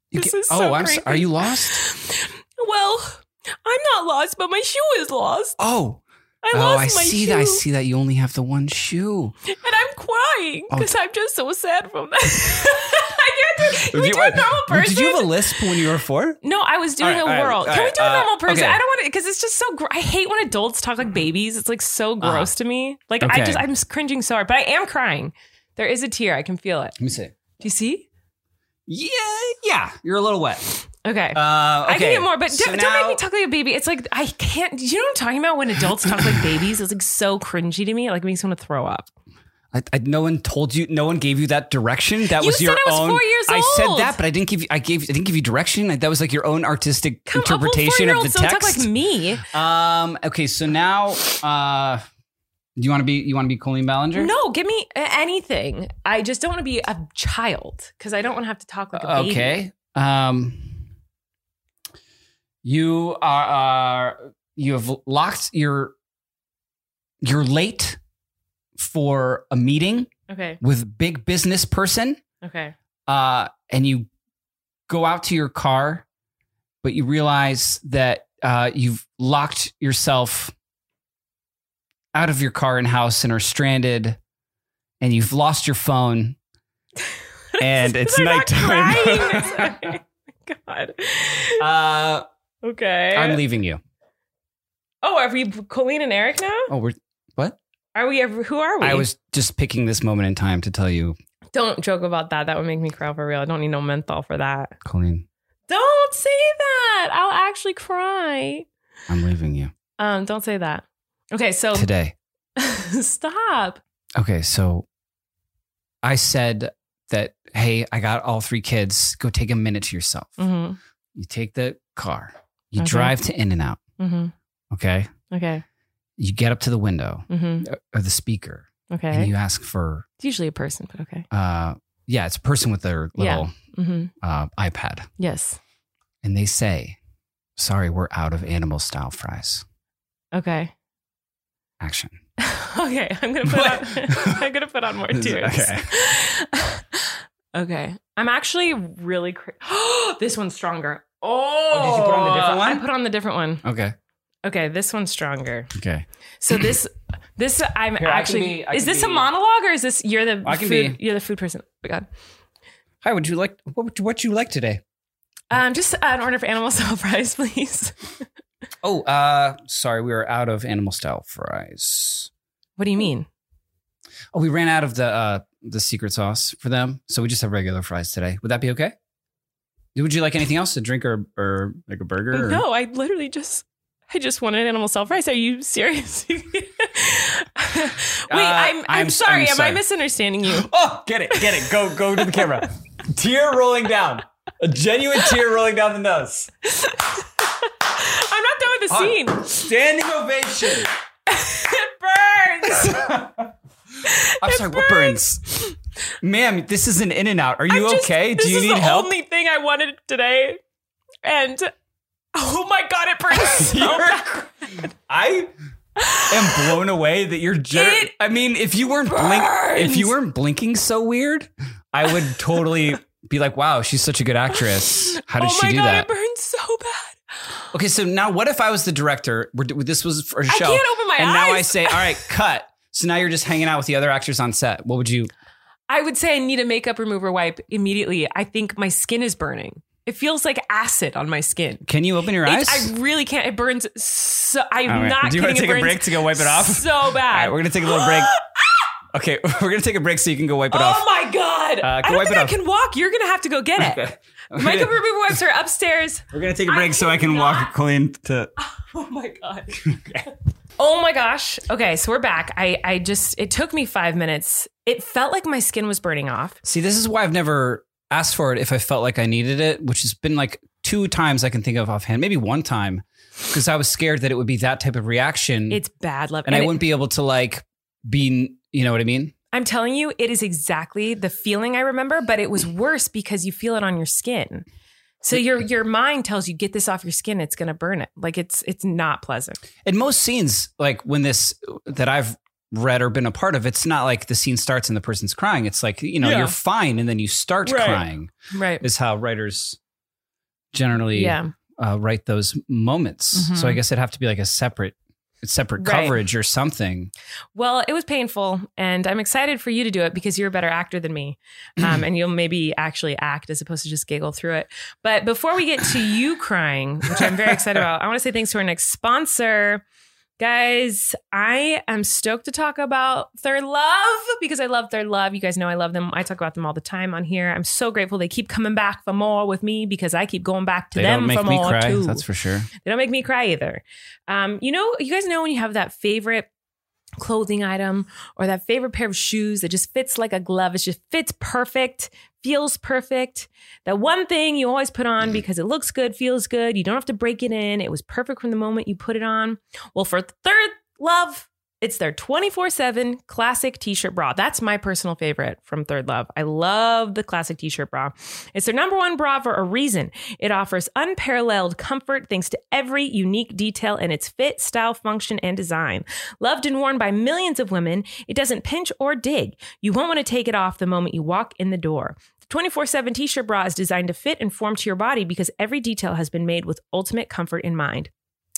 Speaker 3: You
Speaker 2: This
Speaker 3: ca-
Speaker 2: is
Speaker 3: oh,
Speaker 2: so
Speaker 3: I'm. So,
Speaker 2: creepy.
Speaker 3: are you lost?
Speaker 2: Well, I'm not lost, but my shoe is lost.
Speaker 3: Oh,
Speaker 2: I
Speaker 3: oh,
Speaker 2: lost
Speaker 3: I
Speaker 2: my
Speaker 3: see
Speaker 2: shoe.
Speaker 3: that. I see that you only have the one shoe.
Speaker 2: And I'm crying
Speaker 3: Oh.
Speaker 2: because I'm just so sad from that. I can't do. Can we do a normal person?
Speaker 3: Did you have a lisp when you were four?
Speaker 2: no, I was doing
Speaker 3: All right, all
Speaker 2: a
Speaker 3: right,
Speaker 2: world.
Speaker 3: all
Speaker 2: Can we
Speaker 3: right,
Speaker 2: do a
Speaker 3: uh,
Speaker 2: normal person?
Speaker 3: okay.
Speaker 2: I don't want to because it's just so. Gr- I hate when adults talk like babies. It's like so gross to me. Like
Speaker 3: Uh-huh. Okay.
Speaker 2: I just I'm cringing so hard, but I am crying. There is a tear. I can feel it.
Speaker 3: Let me see.
Speaker 2: Do you see?
Speaker 3: Yeah, yeah. You're a little wet.
Speaker 2: Okay.
Speaker 3: Uh, okay.
Speaker 2: I can get more, but
Speaker 3: So
Speaker 2: don't, don't
Speaker 3: now-
Speaker 2: make me talk like a baby. It's like I can't. Do you know what I'm talking about? When adults talk like babies, it's like so cringy to me. It like makes me want to throw up.
Speaker 3: I, I, no one told you. No one gave you that direction. That
Speaker 2: You
Speaker 3: was
Speaker 2: said
Speaker 3: your
Speaker 2: I was
Speaker 3: own.
Speaker 2: four years
Speaker 3: I said
Speaker 2: old.
Speaker 3: that, but I didn't give. You, I gave. I didn't give you direction. That was like your own artistic
Speaker 2: Come on, well,
Speaker 3: interpretation of the
Speaker 2: four-year-olds
Speaker 3: text.
Speaker 2: Don't talk like me.
Speaker 3: Um. Okay. So now, uh, you want to be you want to be Colleen Ballinger?
Speaker 2: No, give me a- anything. I just don't want to be a child because I don't want to have to talk like a baby.
Speaker 3: Okay. Um. You are. Uh, you have locked your. You're late for a meeting
Speaker 2: Okay.
Speaker 3: with a big business person,
Speaker 2: Okay.
Speaker 3: uh, and you go out to your car, but you realize that uh, you've locked yourself out of your car and house and are stranded, and you've lost your phone, and it's
Speaker 2: I'm not
Speaker 3: nighttime.
Speaker 2: crying. God.
Speaker 3: uh,
Speaker 2: Okay.
Speaker 3: I'm leaving you.
Speaker 2: oh, are we Colleen and Eric now?
Speaker 3: Oh, we're.
Speaker 2: Are we? Ever, who are we?
Speaker 3: I was just picking this moment in time to tell you,
Speaker 2: Don't joke about that. That would make me cry for real. I don't need no menthol for that.
Speaker 3: Colleen.
Speaker 2: Don't say that. I'll actually cry.
Speaker 3: I'm leaving you
Speaker 2: Um, don't say that. Okay, so
Speaker 3: today.
Speaker 2: stop.
Speaker 3: Okay, so I said that. Hey, I got all three kids. Go take a minute to yourself.
Speaker 2: hmm
Speaker 3: You take the car. You
Speaker 2: Okay.
Speaker 3: drive to In and Out.
Speaker 2: hmm
Speaker 3: Okay.
Speaker 2: Okay.
Speaker 3: You get up to the window uh,
Speaker 2: hmm
Speaker 3: or the speaker,
Speaker 2: Okay.
Speaker 3: and you ask for.
Speaker 2: it's usually a person, but okay.
Speaker 3: uh Yeah, it's a person with their little
Speaker 2: hmm
Speaker 3: uh, iPad,
Speaker 2: Yes.
Speaker 3: and they say, "Sorry, we're out of animal style fries."
Speaker 2: Okay.
Speaker 3: Action.
Speaker 2: okay. I'm gonna put
Speaker 3: What?
Speaker 2: on. I'm gonna put on more
Speaker 3: This is-
Speaker 2: tears.
Speaker 3: okay.
Speaker 2: okay. I'm actually really. Cra- this one's stronger. Oh,
Speaker 3: did you put on the different one?
Speaker 2: I put on the different one.
Speaker 3: Okay.
Speaker 2: Okay, this one's stronger.
Speaker 3: Okay.
Speaker 2: So this, this I'm
Speaker 3: Here, I can
Speaker 2: actually.
Speaker 3: be- I
Speaker 2: is
Speaker 3: can
Speaker 2: this a
Speaker 3: be-
Speaker 2: monologue or is this you're the
Speaker 3: I can
Speaker 2: food,
Speaker 3: be.
Speaker 2: you're the food person? Oh my God,
Speaker 3: Hi. Would you like what? Would you, what you like today?
Speaker 2: um, just an order for animal style fries, please.
Speaker 3: Oh, uh, sorry, we were out of animal style fries.
Speaker 2: What do you mean?
Speaker 3: Oh, we ran out of the uh, the secret sauce for them, so we just have regular fries today. Would that be okay? Would you like anything else? A drink or, or like a burger? or-
Speaker 2: No, I literally just. I just wanted animal style fries. Are you serious? Wait, I'm, I'm,
Speaker 3: Uh, I'm-
Speaker 2: sorry.
Speaker 3: I'm
Speaker 2: Am
Speaker 3: sorry.
Speaker 2: I misunderstanding you?
Speaker 3: Oh, get it, get it. Go, go to the camera. tear rolling down. A genuine tear rolling down the nose.
Speaker 2: I'm not done with the scene.
Speaker 3: Standing ovation.
Speaker 2: It burns.
Speaker 3: I'm sorry, what burns? Ma'am, this is an in and out. Are you
Speaker 2: I'm just-
Speaker 3: okay? Do
Speaker 2: this
Speaker 3: you
Speaker 2: is
Speaker 3: need
Speaker 2: the
Speaker 3: help?
Speaker 2: Only thing I wanted today, and oh my god, it burns so
Speaker 3: You're-
Speaker 2: bad.
Speaker 3: I am blown away that you're. Ger-
Speaker 2: It
Speaker 3: I mean, if you weren't blink, if you weren't blinking so weird, I would totally be like, "Wow, she's such a good actress. How does
Speaker 2: oh
Speaker 3: she
Speaker 2: my
Speaker 3: do
Speaker 2: god,
Speaker 3: that?"
Speaker 2: it burns so bad.
Speaker 3: okay, so now what if I was the director? We're, do- this was for a show.
Speaker 2: can't open my
Speaker 3: and now I
Speaker 2: eyes.
Speaker 3: say, "All right, cut." So now you're just hanging out with the other actors on set. What would you?
Speaker 2: I would say I need a makeup remover wipe immediately. I think my skin is burning. It feels like acid on my skin.
Speaker 3: Can you open your eyes?
Speaker 2: It's, I really can't. It burns so. I'm
Speaker 3: All right.
Speaker 2: not.
Speaker 3: Do you wanna
Speaker 2: kidding, it
Speaker 3: take a
Speaker 2: burns
Speaker 3: break to go wipe it off?
Speaker 2: So
Speaker 3: All
Speaker 2: bad.
Speaker 3: right, we're gonna take a little break. okay, we're gonna take a break so you can go wipe it
Speaker 2: oh
Speaker 3: off. Uh,
Speaker 2: my god! I
Speaker 3: go
Speaker 2: don't
Speaker 3: wipe
Speaker 2: think
Speaker 3: it
Speaker 2: I
Speaker 3: off.
Speaker 2: can walk. You're gonna have to go get it.
Speaker 3: Okay.
Speaker 2: Makeup remover wipes are upstairs.
Speaker 3: We're gonna take a
Speaker 2: I
Speaker 3: break so I can walk
Speaker 2: cannot-
Speaker 3: clean to.
Speaker 2: Oh my god. Oh my gosh. Okay, so we're back. I I just it took me 5 minutes. It felt like my skin was burning off.
Speaker 3: See, this is why I've never asked for it if I felt like I needed it, which has been like two times I can think of offhand, maybe one time, because I was scared that it would be that type of reaction,
Speaker 2: It's bad love.
Speaker 3: and, I
Speaker 2: it-
Speaker 3: wouldn't be able to like be, you know what I mean?
Speaker 2: I'm telling you, it is exactly the feeling I remember, but it was worse because you feel it on your skin. So your your mind tells you get this off your skin, it's going to burn it. Like it's it's not pleasant.
Speaker 3: In most scenes, like when this that I've read or been a part of, it's not like the scene starts and the person's crying. It's like you know
Speaker 2: Yeah.
Speaker 3: you're fine, and then you start
Speaker 2: Right.
Speaker 3: crying
Speaker 2: Right.
Speaker 3: is how writers generally
Speaker 2: yeah.
Speaker 3: uh, write those moments.
Speaker 2: Mhm.
Speaker 3: So I guess it'd have to be like a separate separate
Speaker 2: Right.
Speaker 3: coverage or something.
Speaker 2: Well, it was painful, and I'm excited for you to do it because you're a better actor than me, um, and you'll maybe actually act as opposed to just giggle through it. But before we get to you crying, which I'm very excited about, I want to say thanks to our next sponsor. Guys, I am stoked to talk about Third Love because I love Third Love. You guys know I love them. I talk about them all the time on here. I'm so grateful they keep coming back for more with me because I keep going back to
Speaker 3: they
Speaker 2: them
Speaker 3: don't make
Speaker 2: for
Speaker 3: me
Speaker 2: more
Speaker 3: cry.
Speaker 2: too.
Speaker 3: That's for sure.
Speaker 2: They don't make me cry either. Um, you know, you guys know when you have that favorite clothing item or that favorite pair of shoes that just fits like a glove. It just fits perfect, feels perfect. That one thing you always put on because it looks good, feels good. You don't have to break it in. It was perfect from the moment you put it on. Well, for third love. It's their 24 7 classic t shirt bra. That's my personal favorite from Third Love. I love the classic t shirt bra. It's their number one bra for a reason. It offers unparalleled comfort thanks to every unique detail in its fit, style, function, and design. Loved and worn by millions of women, it doesn't pinch or dig. You won't want to take it off the moment you walk in the door. The 24 7 t shirt bra is designed to fit and form to your body because every detail has been made with ultimate comfort in mind.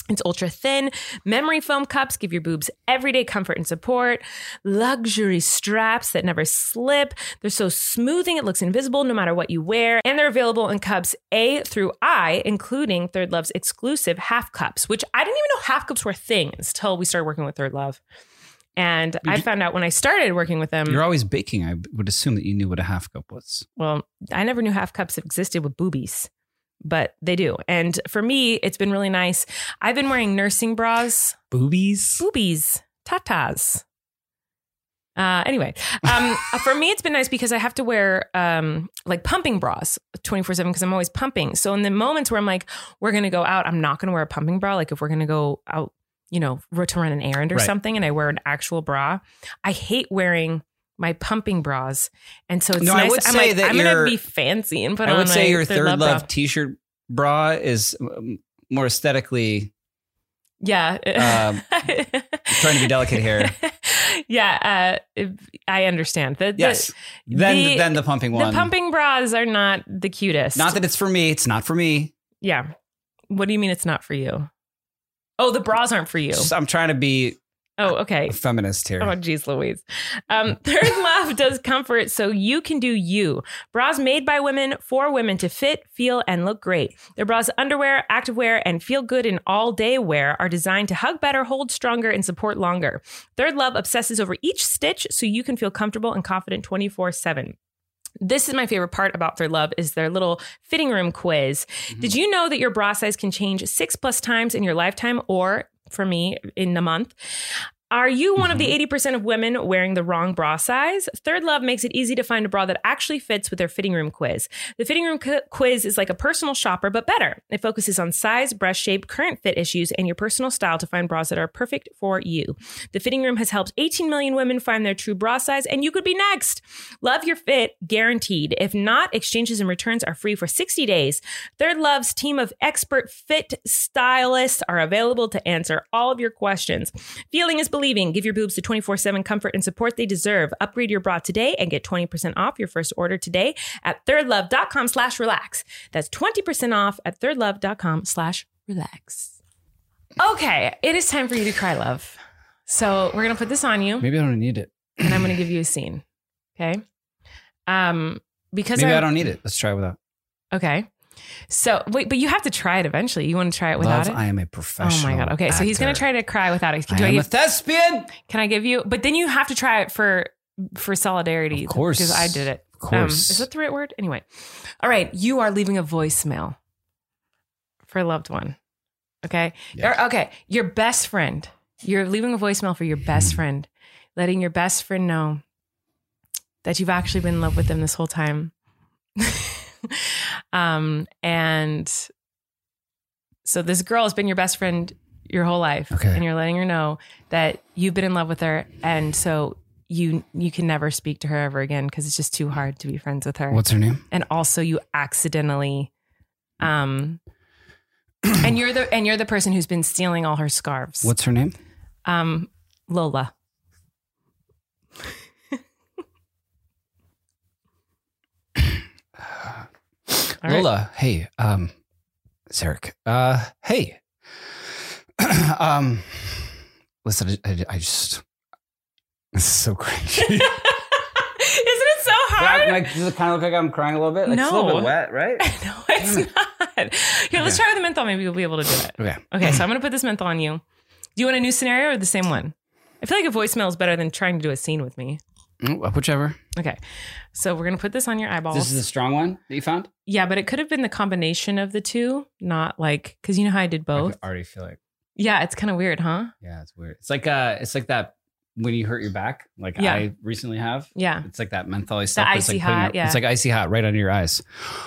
Speaker 2: It's ultra thin. Memory foam cups give your boobs everyday comfort and support. Luxury straps that never slip. They're so smoothing, it looks invisible no matter what you wear. And they're available in cups A through I, including Third Love's exclusive half cups, which I didn't even know half cups were things until we started working with Third Love. And I found out when I started working with them.
Speaker 3: You're always baking. I would assume that you knew what a half cup was.
Speaker 2: Well, I never knew half cups existed with boobies, but they do. And for me, it's been really nice. I've been wearing nursing bras,
Speaker 3: Boobies.
Speaker 2: boobies, tatas. Uh, anyway, um, for me, it's been nice because I have to wear um, like pumping bras 24 7 because I'm always pumping. So, in the moments where I'm like, we're going to go out, I'm not going to wear a pumping bra. Like, if we're going to go out, you know, ro- to run an errand or
Speaker 3: Right.
Speaker 2: something and I wear an actual bra, I hate wearing my pumping bras. And so it's
Speaker 3: No, I
Speaker 2: nice.
Speaker 3: would
Speaker 2: I'm
Speaker 3: say
Speaker 2: like,
Speaker 3: that
Speaker 2: I'm going to
Speaker 3: your-
Speaker 2: be fancy and put
Speaker 3: I
Speaker 2: on
Speaker 3: would say
Speaker 2: my
Speaker 3: your
Speaker 2: Third
Speaker 3: third
Speaker 2: Love
Speaker 3: love,
Speaker 2: bra.
Speaker 3: t-shirt bra is um, more aesthetically
Speaker 2: Yeah.
Speaker 3: um, trying to be delicate here.
Speaker 2: yeah, uh, I understand. The, the-
Speaker 3: yes. Then
Speaker 2: the-
Speaker 3: then the pumping
Speaker 2: the,
Speaker 3: one.
Speaker 2: pumping bras are not the cutest.
Speaker 3: Not that it's for me. It's not for me.
Speaker 2: Yeah. What do you mean it's not for you? Oh, the bras aren't for you.
Speaker 3: Just- I'm trying to be
Speaker 2: Oh, okay.
Speaker 3: a feminist here.
Speaker 2: Oh, geez, Louise. Um, Third Love does comfort so you can do you. Bras made by women for women to fit, feel, and look great. Their bras, underwear, activewear, and feel good in all day wear are designed to hug better, hold stronger, and support longer. Third Love obsesses over each stitch so you can feel comfortable and confident 24 7. This is my favorite part about Third Love is their little fitting room quiz. Did you know that your bra size can change six plus times in your lifetime or for me in a month? Are you one of the 80% of women wearing the wrong bra size? Third Love makes it easy to find a bra that actually fits with their fitting room quiz. The fitting room cu- quiz is like a personal shopper, but better. It focuses on size, breast shape, current fit issues, and your personal style to find bras that are perfect for you. The fitting room has helped 18 million women find their true bra size, and you could be next. Love your fit, guaranteed. If not, exchanges and returns are free for 60 days. Third Love's team of expert fit stylists are available to answer all of your questions. Feeling is believing. Give your boobs the 24 7 comfort and support they deserve. Upgrade your bra today and get 20% off your first order today at thirdlove.com slash relax. That's 20% off at thirdlove.com slash relax. Okay, it is time for you to cry, love. So we're going to put this on you
Speaker 3: Maybe I don't need it.
Speaker 2: and I'm going to give you a scene. Okay. Um, because
Speaker 3: Maybe
Speaker 2: I'm-
Speaker 3: I don't need it. Let's try it without.
Speaker 2: Okay. So wait, but you have to try it eventually. You want to try it without
Speaker 3: Love,
Speaker 2: it?
Speaker 3: I am a
Speaker 2: oh
Speaker 3: professional.
Speaker 2: my god. Okay, so he's gonna
Speaker 3: actor.
Speaker 2: try to cry without it.
Speaker 3: I
Speaker 2: Do I,
Speaker 3: am a
Speaker 2: give,
Speaker 3: thespian.
Speaker 2: can I give you? But then you have to try it for for solidarity.
Speaker 3: Of course.
Speaker 2: because I did it. Um,
Speaker 3: Of course.
Speaker 2: is that the right word? Anyway, all right. You are leaving a voicemail for a loved one. Okay.
Speaker 3: Yes.
Speaker 2: Or- okay. Your best friend. You're leaving a voicemail for your best
Speaker 3: Mm-hmm.
Speaker 2: friend, letting your best friend know that you've actually been in love with them this whole time. um, and so this girl has been your best friend your whole life,
Speaker 3: Okay.
Speaker 2: and you're letting her know that you've been in love with her, and so you you can never speak to her ever again because it's just too hard to be friends with her.
Speaker 3: What's her name?
Speaker 2: and also you accidentally, um, and you're the and you're the person who's been stealing all her scarves.
Speaker 3: What's her name?
Speaker 2: um, Lola? All right.
Speaker 3: Lola. Hey, um, it's Eric. Uh, hey, um, listen, I, I, I just this is so cringy.
Speaker 2: Isn't it so hard?
Speaker 3: like, does it kind of look like I'm crying a little bit? Like, It's a little
Speaker 2: No.
Speaker 3: bit wet, right?
Speaker 2: no, it's not. Here, let's
Speaker 3: Okay.
Speaker 2: try with the menthol. Maybe you'll be able to do it.
Speaker 3: Okay.
Speaker 2: Okay, so I'm gonna put this menthol on you. Do you want a new scenario or the same one? I feel like a voicemail is better than trying to do a scene with me.
Speaker 3: Mm, Whichever.
Speaker 2: Okay, so we're gonna put this on your eyeballs.
Speaker 3: This is a strong one that you found.
Speaker 2: yeah, but it could have been the combination of the two, not like because you know how I did both.
Speaker 3: I already feel like
Speaker 2: Yeah, it's kind of weird, huh?
Speaker 3: yeah, it's weird. It's like uh, it's like that when you hurt your back, like
Speaker 2: Yeah.
Speaker 3: I recently have.
Speaker 2: Yeah,
Speaker 3: It's like that menthol stuff. it's
Speaker 2: icy
Speaker 3: like putting
Speaker 2: hot,
Speaker 3: your-
Speaker 2: yeah.
Speaker 3: It's like icy hot right under your eyes.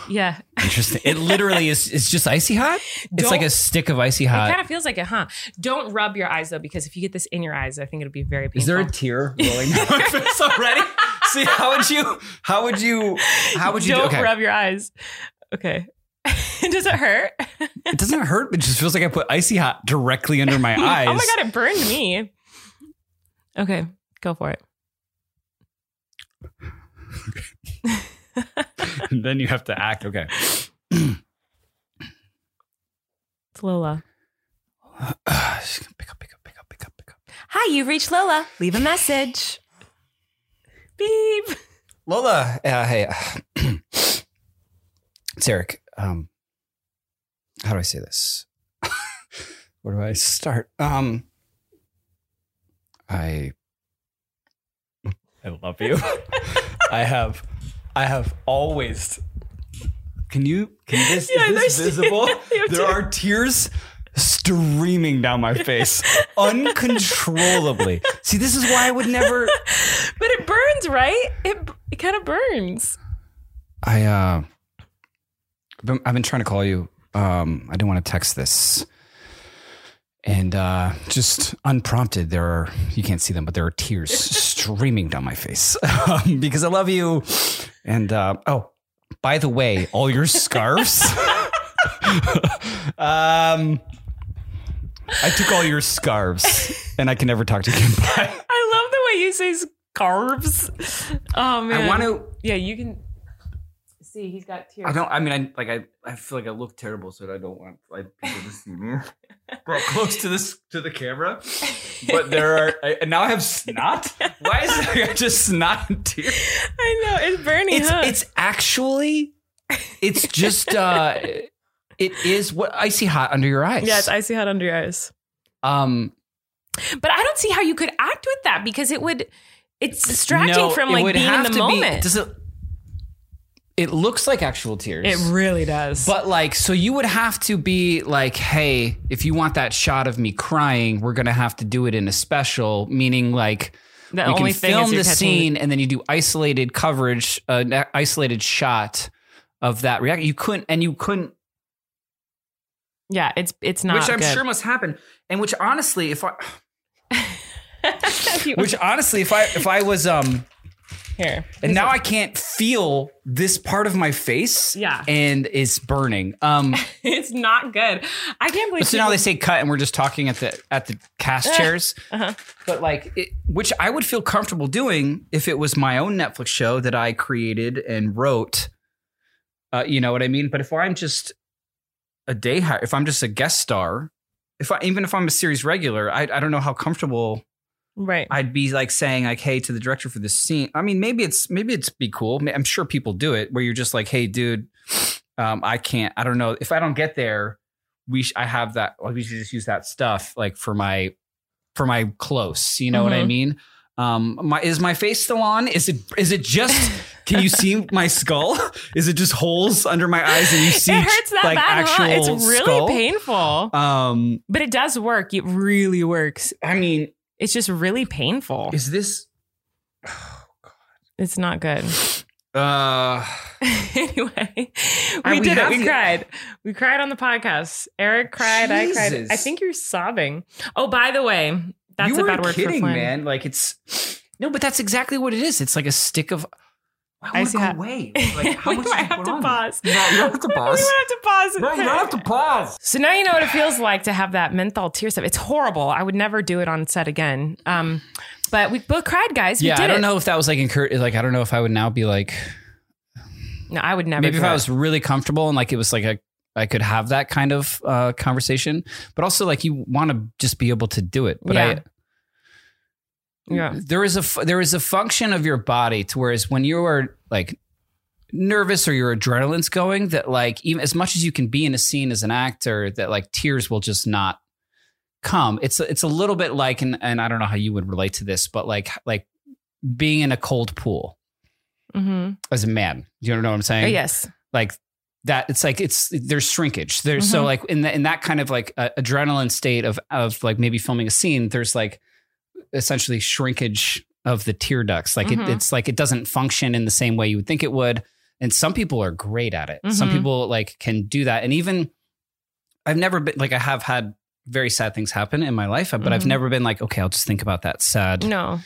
Speaker 2: yeah.
Speaker 3: Interesting. it literally is. It's just icy hot. It's like
Speaker 2: Don't-
Speaker 3: a stick of icy
Speaker 2: it
Speaker 3: hot.
Speaker 2: kind of feels like it, huh? Don't rub your eyes though, because if you get this in your eyes, I think it'll be very painful.
Speaker 3: Is there a tear rolling down my face already? See, how would you? How would you? How would you?
Speaker 2: Don't
Speaker 3: do, okay.
Speaker 2: rub your eyes. Okay. Does it hurt?
Speaker 3: It doesn't hurt. It just feels like I put icy hot directly under my eyes.
Speaker 2: Oh my god, it burned me. Okay, go for it.
Speaker 3: And then you have to act. Okay.
Speaker 2: It's Lola.
Speaker 3: Just gonna pick up, pick up, pick up, pick up, pick up.
Speaker 2: Hi, you've reached Lola. Leave a message. Beep.
Speaker 3: Lola, uh, hey, it's Eric. Um, how do I say this? Where do I start? Um, I, I love you. I have, I have always. Can you? Can this?
Speaker 2: Yeah,
Speaker 3: is this
Speaker 2: there's-
Speaker 3: visible?
Speaker 2: You do.
Speaker 3: there are tears streaming down my face uncontrollably. See, this is why I would never.
Speaker 2: But it burns, right? It it kind of burns.
Speaker 3: I uh, I've been, I've been trying to call you. Um, I didn't want to text this, and uh, just unprompted, there are you can't see them, but there are tears streaming down my face um, because I love you. And uh, oh, by the way, all your scarves. um, I took all your scarves, and I can never talk to you again. Bye.
Speaker 2: I love the way you say scarves. Oh man.
Speaker 3: I want to.
Speaker 2: Yeah, you can see he's got tears.
Speaker 3: I don't. I mean, I like. I. I feel like I look terrible, so I don't want like people to see me. Bro, close to this to the camera, but there are. I, and now I have snot. Why is it just snot and tears?
Speaker 2: I know it's burning.
Speaker 3: It's
Speaker 2: huh?
Speaker 3: it's actually, it's just. uh It is what icy hot under your eyes.
Speaker 2: yeah, it's icy hot under your eyes.
Speaker 3: um,
Speaker 2: But I don't see how you could act with that because it would. It's distracting
Speaker 3: no,
Speaker 2: from
Speaker 3: it
Speaker 2: like
Speaker 3: would
Speaker 2: being in
Speaker 3: have
Speaker 2: the
Speaker 3: to be-
Speaker 2: moment.
Speaker 3: does it? It looks like actual tears.
Speaker 2: it really does.
Speaker 3: But like, so you would have to be like, hey, if you want that shot of me crying, we're gonna have to do it in a special, meaning like
Speaker 2: the
Speaker 3: we
Speaker 2: only thing
Speaker 3: can
Speaker 2: is
Speaker 3: film
Speaker 2: you're
Speaker 3: the
Speaker 2: catching-
Speaker 3: scene and then you do isolated coverage, uh, an isolated shot of that reaction. You couldn't, and you couldn't,
Speaker 2: Yeah, it's it's not.
Speaker 3: which I'm
Speaker 2: good.
Speaker 3: sure must happen, and which honestly, if I,
Speaker 2: You-
Speaker 3: which honestly, if I, if I was, um,
Speaker 2: here.
Speaker 3: and now I can't feel this part of my face,
Speaker 2: Yeah.
Speaker 3: and it's burning. Um.
Speaker 2: it's not good. I can't believe.
Speaker 3: But so now
Speaker 2: people-
Speaker 3: they say cut, and we're just talking at the at the cast chairs. But like, it, which I would feel comfortable doing if it was my own Netflix show that I created and wrote. Uh, you know what I mean? But if I'm just a day hire, if I'm just a guest star, if I even if I'm a series regular, I I don't know how comfortable
Speaker 2: right.
Speaker 3: I'd be like saying like, hey, to the director for this scene. I mean, maybe it's maybe it's be cool. I'm sure people do it where you're just like, hey, dude, um, I can't. I don't know if I don't get there. We sh- I have that. Like, we should just use that stuff like for my for my close. You know what I
Speaker 2: Mhm.
Speaker 3: mean? Um, my is my face still on? Is it is it just? can you see my skull? Is it just holes under my eyes and you see
Speaker 2: it hurts that
Speaker 3: like
Speaker 2: bad, huh? It's
Speaker 3: actual
Speaker 2: really
Speaker 3: skull?
Speaker 2: painful.
Speaker 3: Um,
Speaker 2: But it does work. It really works.
Speaker 3: I mean,
Speaker 2: It's just really painful.
Speaker 3: is this?
Speaker 2: It's not good.
Speaker 3: Uh,
Speaker 2: anyway, we
Speaker 3: And we
Speaker 2: did it.
Speaker 3: have
Speaker 2: We
Speaker 3: the-
Speaker 2: cried. We cried on the podcast. Eric cried. I cried.
Speaker 3: Jesus.
Speaker 2: I think you're sobbing. Oh, by the way, that's
Speaker 3: you
Speaker 2: a
Speaker 3: were
Speaker 2: bad word
Speaker 3: kidding,
Speaker 2: for phlegm.
Speaker 3: man. Like it's no, but that's exactly what it is. It's like a stick of. I
Speaker 2: I
Speaker 3: want
Speaker 2: see
Speaker 3: to go
Speaker 2: how-
Speaker 3: away. Like how
Speaker 2: We
Speaker 3: much
Speaker 2: might
Speaker 3: did you
Speaker 2: have
Speaker 3: put
Speaker 2: to
Speaker 3: on?
Speaker 2: pause.
Speaker 3: No, you don't have to
Speaker 2: We
Speaker 3: pause.
Speaker 2: might have to pause.
Speaker 3: No, you don't have to pause.
Speaker 2: So now you know what it feels like to have that menthol tear stuff. It's horrible. I would never do it on set again. Um, but we both cried, guys. We
Speaker 3: Yeah,
Speaker 2: did
Speaker 3: I don't
Speaker 2: it.
Speaker 3: know if that was like encourage. Like I don't know if I would now be like
Speaker 2: No, I would never.
Speaker 3: maybe
Speaker 2: do
Speaker 3: if I
Speaker 2: it.
Speaker 3: was really comfortable and like it was like a I could have that kind of uh, conversation, but also like you want to just be able to do it. But
Speaker 2: Yeah.
Speaker 3: I, Mm-hmm.
Speaker 2: Yeah.
Speaker 3: there is a f- there is a function of your body to whereas when you are like nervous or your adrenaline's going that like even as much as you can be in a scene as an actor that like tears will just not come it's it's a little bit like and, and i don't know how you would relate to this but like like being in a cold pool
Speaker 2: Mm-hmm. Oh,
Speaker 3: as a man you know what i'm saying
Speaker 2: yes.
Speaker 3: like that it's like it's there's shrinkage there's so
Speaker 2: Mhm.
Speaker 3: like in the, in that kind of like uh, adrenaline state of of like maybe filming a scene there's like essentially shrinkage of the tear ducts like
Speaker 2: Mhm.
Speaker 3: it, it's like it doesn't function in the same way you would think it would and some people are great at it some
Speaker 2: Mhm.
Speaker 3: people like can do that and even i've never been like i have had very sad things happen in my life but i've
Speaker 2: Mhm.
Speaker 3: never been like okay i'll just think about that sad
Speaker 2: No.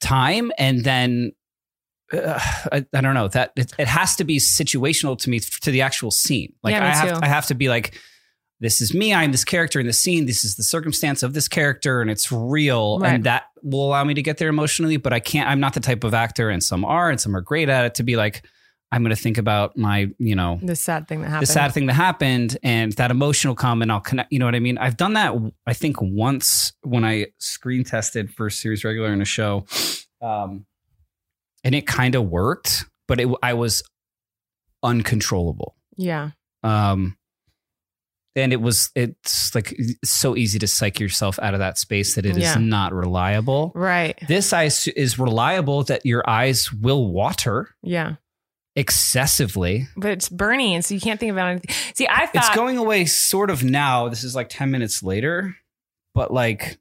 Speaker 3: time and then uh, I, I don't know that it, it has to be situational to me f- to the actual scene like
Speaker 2: Yeah, me
Speaker 3: i have
Speaker 2: too.
Speaker 3: i have to be like this is me i'm this character in the scene this is the circumstance of this character and it's real
Speaker 2: Right.
Speaker 3: and that will allow me to get there emotionally but i can't i'm not the type of actor and some are and some are great at it to be like i'm going to think about my you know
Speaker 2: The sad thing that
Speaker 3: the
Speaker 2: happened.
Speaker 3: sad thing that happened and that emotional comment i'll connect you know what i mean i've done that i think once when i screen tested for series regular in a show um and it kind of worked but it i was uncontrollable
Speaker 2: Yeah.
Speaker 3: um and it was it's like it's so easy to psych yourself out of that space that it is
Speaker 2: Yeah.
Speaker 3: not reliable
Speaker 2: Right.
Speaker 3: this ice is reliable that your eyes will water
Speaker 2: Yeah.
Speaker 3: excessively
Speaker 2: But it's burning, so you can't think about anything. See, I thought
Speaker 3: it's going away sort of now. This is like 10 minutes later, but like,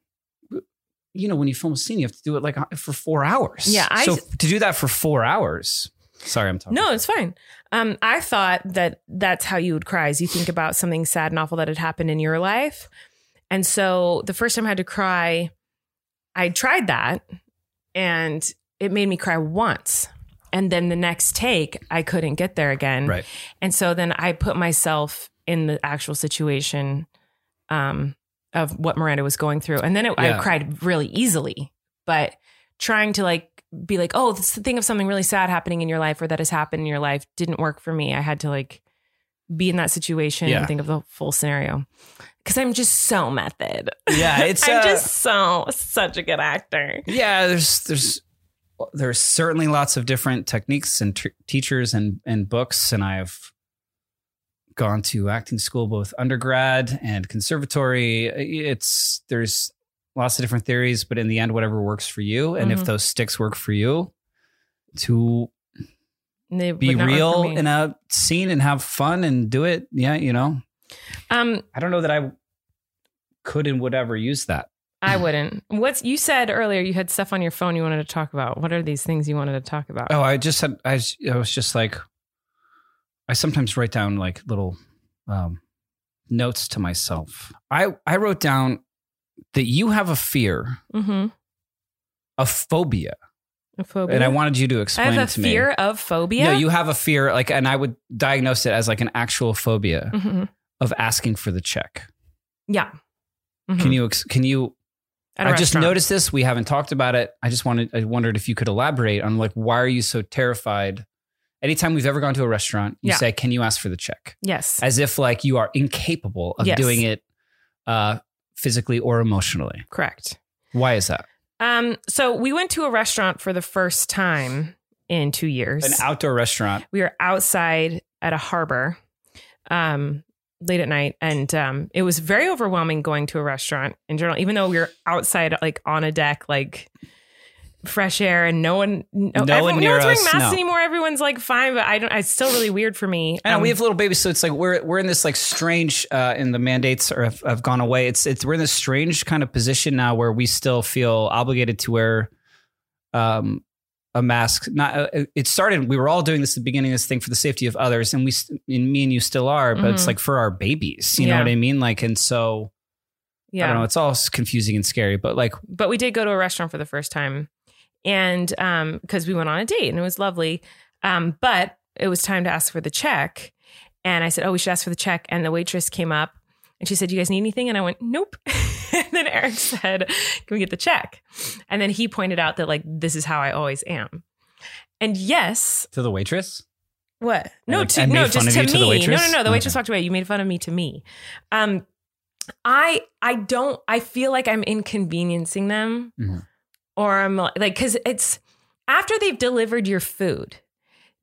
Speaker 3: you know, when you film a scene, you have to do it like uh, for four hours.
Speaker 2: Yeah, I-
Speaker 3: so to do that for four hours. Sorry, I'm talking.
Speaker 2: No, it's fine. Um, I thought that that's how you would cry is you think about something sad and awful that had happened in your life. And so the first time I had to cry, I tried that and it made me cry once. And then the next take, I couldn't get there again.
Speaker 3: Right.
Speaker 2: And so then I put myself in the actual situation um, of what Miranda was going through. And then it,
Speaker 3: Yeah.
Speaker 2: I cried really easily. But trying to like be like, oh, this thing of something really sad happening in your life or that has happened in your life didn't work for me. I had to like be in that situation
Speaker 3: Yeah.
Speaker 2: and think of the full scenario. Cause I'm just so method.
Speaker 3: Yeah, it's,
Speaker 2: I'm
Speaker 3: uh,
Speaker 2: just so such a good actor.
Speaker 3: Yeah, there's there's there's certainly lots of different techniques and tr teachers and and books, and I've gone to acting school both undergrad and conservatory. It's there's lots of different theories, but in the end, whatever works for you, and if
Speaker 2: Mhm.
Speaker 3: those sticks work for you, to
Speaker 2: And they would
Speaker 3: be
Speaker 2: not work for
Speaker 3: real
Speaker 2: me.
Speaker 3: in a scene and have fun and do it. Yeah, you know,
Speaker 2: um,
Speaker 3: I don't know that I could and would ever use that.
Speaker 2: I wouldn't. What's you said earlier? You had stuff on your phone you wanted to talk about. What are these things you wanted to talk about?
Speaker 3: Oh, I just had I was, I was just like I sometimes write down like little um notes to myself. I I wrote down that you have a fear,
Speaker 2: Mm-hmm.
Speaker 3: a phobia,
Speaker 2: A phobia.
Speaker 3: and I wanted you to
Speaker 2: I
Speaker 3: explain
Speaker 2: have
Speaker 3: it
Speaker 2: a
Speaker 3: to
Speaker 2: fear
Speaker 3: me.
Speaker 2: of phobia.
Speaker 3: No, you have a fear like and I would diagnose it as like an actual phobia
Speaker 2: Mhm.
Speaker 3: of asking for the check.
Speaker 2: Yeah. Mhm.
Speaker 3: Can you ex- can you
Speaker 2: At a
Speaker 3: I just
Speaker 2: restaurant.
Speaker 3: noticed this. We haven't talked about it. I just wanted, I wondered if you could elaborate on like, why are you so terrified? Anytime we've ever gone to a restaurant, you
Speaker 2: Yeah.
Speaker 3: say, can you ask for the check?
Speaker 2: Yes.
Speaker 3: As if like you are incapable of
Speaker 2: Yes.
Speaker 3: doing it uh, physically or emotionally.
Speaker 2: Correct.
Speaker 3: Why is that?
Speaker 2: Um, so we went to a restaurant for the first time in two years.
Speaker 3: An outdoor restaurant.
Speaker 2: we were outside at a harbor, um, late at night, and um, it was very overwhelming going to a restaurant in general. Even though we were outside, like on a deck, like fresh air, and no one, no,
Speaker 3: No one
Speaker 2: everyone,
Speaker 3: near
Speaker 2: no one's wearing
Speaker 3: us,
Speaker 2: masks
Speaker 3: no.
Speaker 2: anymore. Everyone's like fine, but I don't. It's still really weird for me.
Speaker 3: I know
Speaker 2: Um,
Speaker 3: we have little babies, so it's like we're we're in this like strange, uh, and the mandates are have, have gone away. It's it's we're in this strange kind of position now where we still feel obligated to wear, um, a mask. Not uh, it started. We were all doing this at the beginning of this thing for the safety of others, and we st- and me and you still are, but it's
Speaker 2: Mhm.
Speaker 3: like for our babies. You
Speaker 2: Yeah.
Speaker 3: know what I mean? Like, and so I don't know. It's all s- confusing and scary, but like
Speaker 2: but we did go to a restaurant for the first time and um because we went on a date and it was lovely um but it was time to ask for the check and i said oh we should ask for the check and the waitress came up and she said you guys need anything and i went nope and then eric said can we get the check and then he pointed out that like this is how i always am and yes
Speaker 3: to the waitress.
Speaker 2: What? No,
Speaker 3: like,
Speaker 2: to,
Speaker 3: and made
Speaker 2: no,
Speaker 3: fun
Speaker 2: just
Speaker 3: of
Speaker 2: to me.
Speaker 3: you to the
Speaker 2: no, no,
Speaker 3: waitress?
Speaker 2: no. The waitress
Speaker 3: Okay.
Speaker 2: walked away. You made fun of me to me. Um, I, I don't. I feel like I'm inconveniencing them,
Speaker 5: Mhm.
Speaker 2: or I'm like, because it's after they've delivered your food,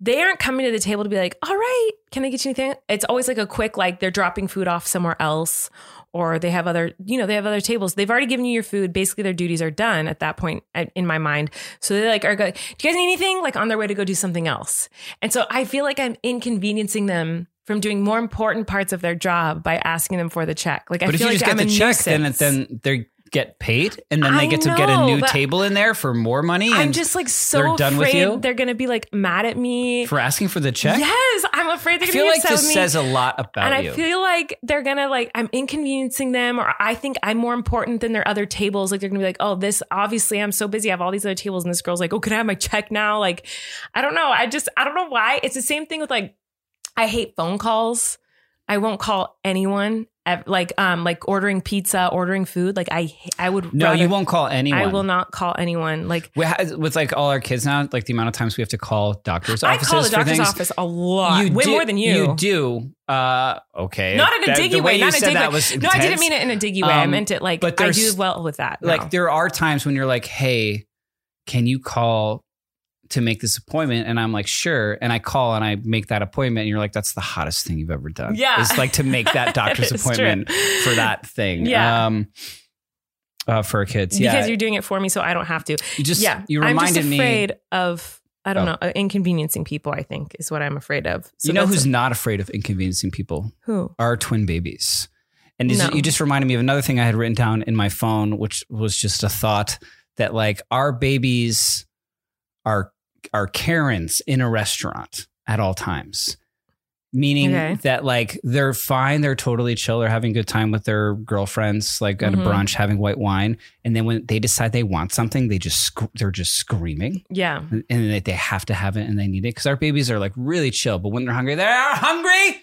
Speaker 2: they aren't coming to the table to be like, "All right, can I get you anything?" It's always like a quick, like they're dropping food off somewhere else, or they have other, you know, they have other tables. They've already given you your food. Basically, their duties are done at that point I- in my mind. So they like are going, "Do you guys need anything?" Like on their way to go do something else. And so I feel like I'm inconveniencing them from doing more important parts of their job by asking them for the check. Like I
Speaker 3: But if
Speaker 2: feel
Speaker 3: you
Speaker 2: like
Speaker 3: just
Speaker 2: I'm
Speaker 3: get
Speaker 2: a
Speaker 3: the check, then
Speaker 2: nuisance.
Speaker 3: then they get paid, and then
Speaker 2: I
Speaker 3: they get to get a
Speaker 2: know,
Speaker 3: new
Speaker 2: but
Speaker 3: table in there for more money.
Speaker 2: I'm
Speaker 3: and
Speaker 2: just like so
Speaker 3: they're done with
Speaker 2: afraid
Speaker 3: you?
Speaker 2: they're gonna be like mad at me.
Speaker 3: for asking for the check.
Speaker 2: Yes, I'm afraid
Speaker 3: I
Speaker 2: they're
Speaker 3: feel
Speaker 2: gonna be
Speaker 3: like
Speaker 2: upset with
Speaker 3: this
Speaker 2: me.
Speaker 3: says a lot about
Speaker 2: and I
Speaker 3: you.
Speaker 2: feel like they're gonna like I'm inconveniencing them, or I think I'm more important than their other tables. Like they're gonna be like, oh, this obviously I'm so busy, I have all these other tables, and this girl's like, oh, can I have my check now? Like, I don't know. I just I don't know why. It's the same thing with like I hate phone calls. I won't call anyone. ev- Like um like ordering pizza, ordering food. Like I I would
Speaker 3: no,
Speaker 2: rather-
Speaker 3: you won't call anyone.
Speaker 2: I will not call anyone. Like
Speaker 3: We ha- with like all our kids now, like the amount of times we have to call doctors'
Speaker 2: I
Speaker 3: offices
Speaker 2: call the
Speaker 3: for
Speaker 2: doctor's
Speaker 3: things.
Speaker 2: office a lot, way
Speaker 3: do-
Speaker 2: more than you.
Speaker 3: You do. Uh, okay.
Speaker 2: Not in a
Speaker 3: That- the
Speaker 2: diggy way.
Speaker 3: you
Speaker 2: Not in a
Speaker 3: said
Speaker 2: diggy
Speaker 3: that
Speaker 2: way.
Speaker 3: was
Speaker 2: No, I didn't
Speaker 3: intense.
Speaker 2: mean it in a diggy way. I
Speaker 3: Um,
Speaker 2: meant it like
Speaker 3: but
Speaker 2: I do
Speaker 3: there's-
Speaker 2: well with that. now.
Speaker 3: Like there are times when you're like, hey, can you call to make this appointment? And I'm like, sure. And I call and I make that appointment. And you're like, that's the hottest thing you've ever done.
Speaker 2: Yeah.
Speaker 3: It's like to make that doctor's
Speaker 2: It's true.
Speaker 3: appointment for that thing.
Speaker 2: Yeah.
Speaker 3: Um, uh, for kids. Yeah.
Speaker 2: because you're doing it for me, so I don't have to.
Speaker 3: you just,
Speaker 2: yeah,
Speaker 3: you
Speaker 2: I'm
Speaker 3: reminded
Speaker 2: just
Speaker 3: me.
Speaker 2: afraid of. I don't
Speaker 3: Oh.
Speaker 2: know uh, inconveniencing people. I think is what I'm afraid of. So
Speaker 3: you know
Speaker 2: that's-
Speaker 3: who's not afraid of inconveniencing people?
Speaker 2: who?
Speaker 3: our twin babies. And is-
Speaker 2: No.
Speaker 3: you just reminded me of another thing I had written down in my phone, which was just a thought that like our babies are are Karens in a restaurant at all times. Meaning
Speaker 2: Okay.
Speaker 3: that like they're fine, they're totally chill, they're having a good time with their girlfriends, like at
Speaker 2: Mhm.
Speaker 3: a brunch having white wine, and then when they decide they want something, they just sc- they're just screaming,
Speaker 2: Yeah,
Speaker 3: and and they, they have to have it and they need it because our babies are like really chill, but when they're hungry, they're hungry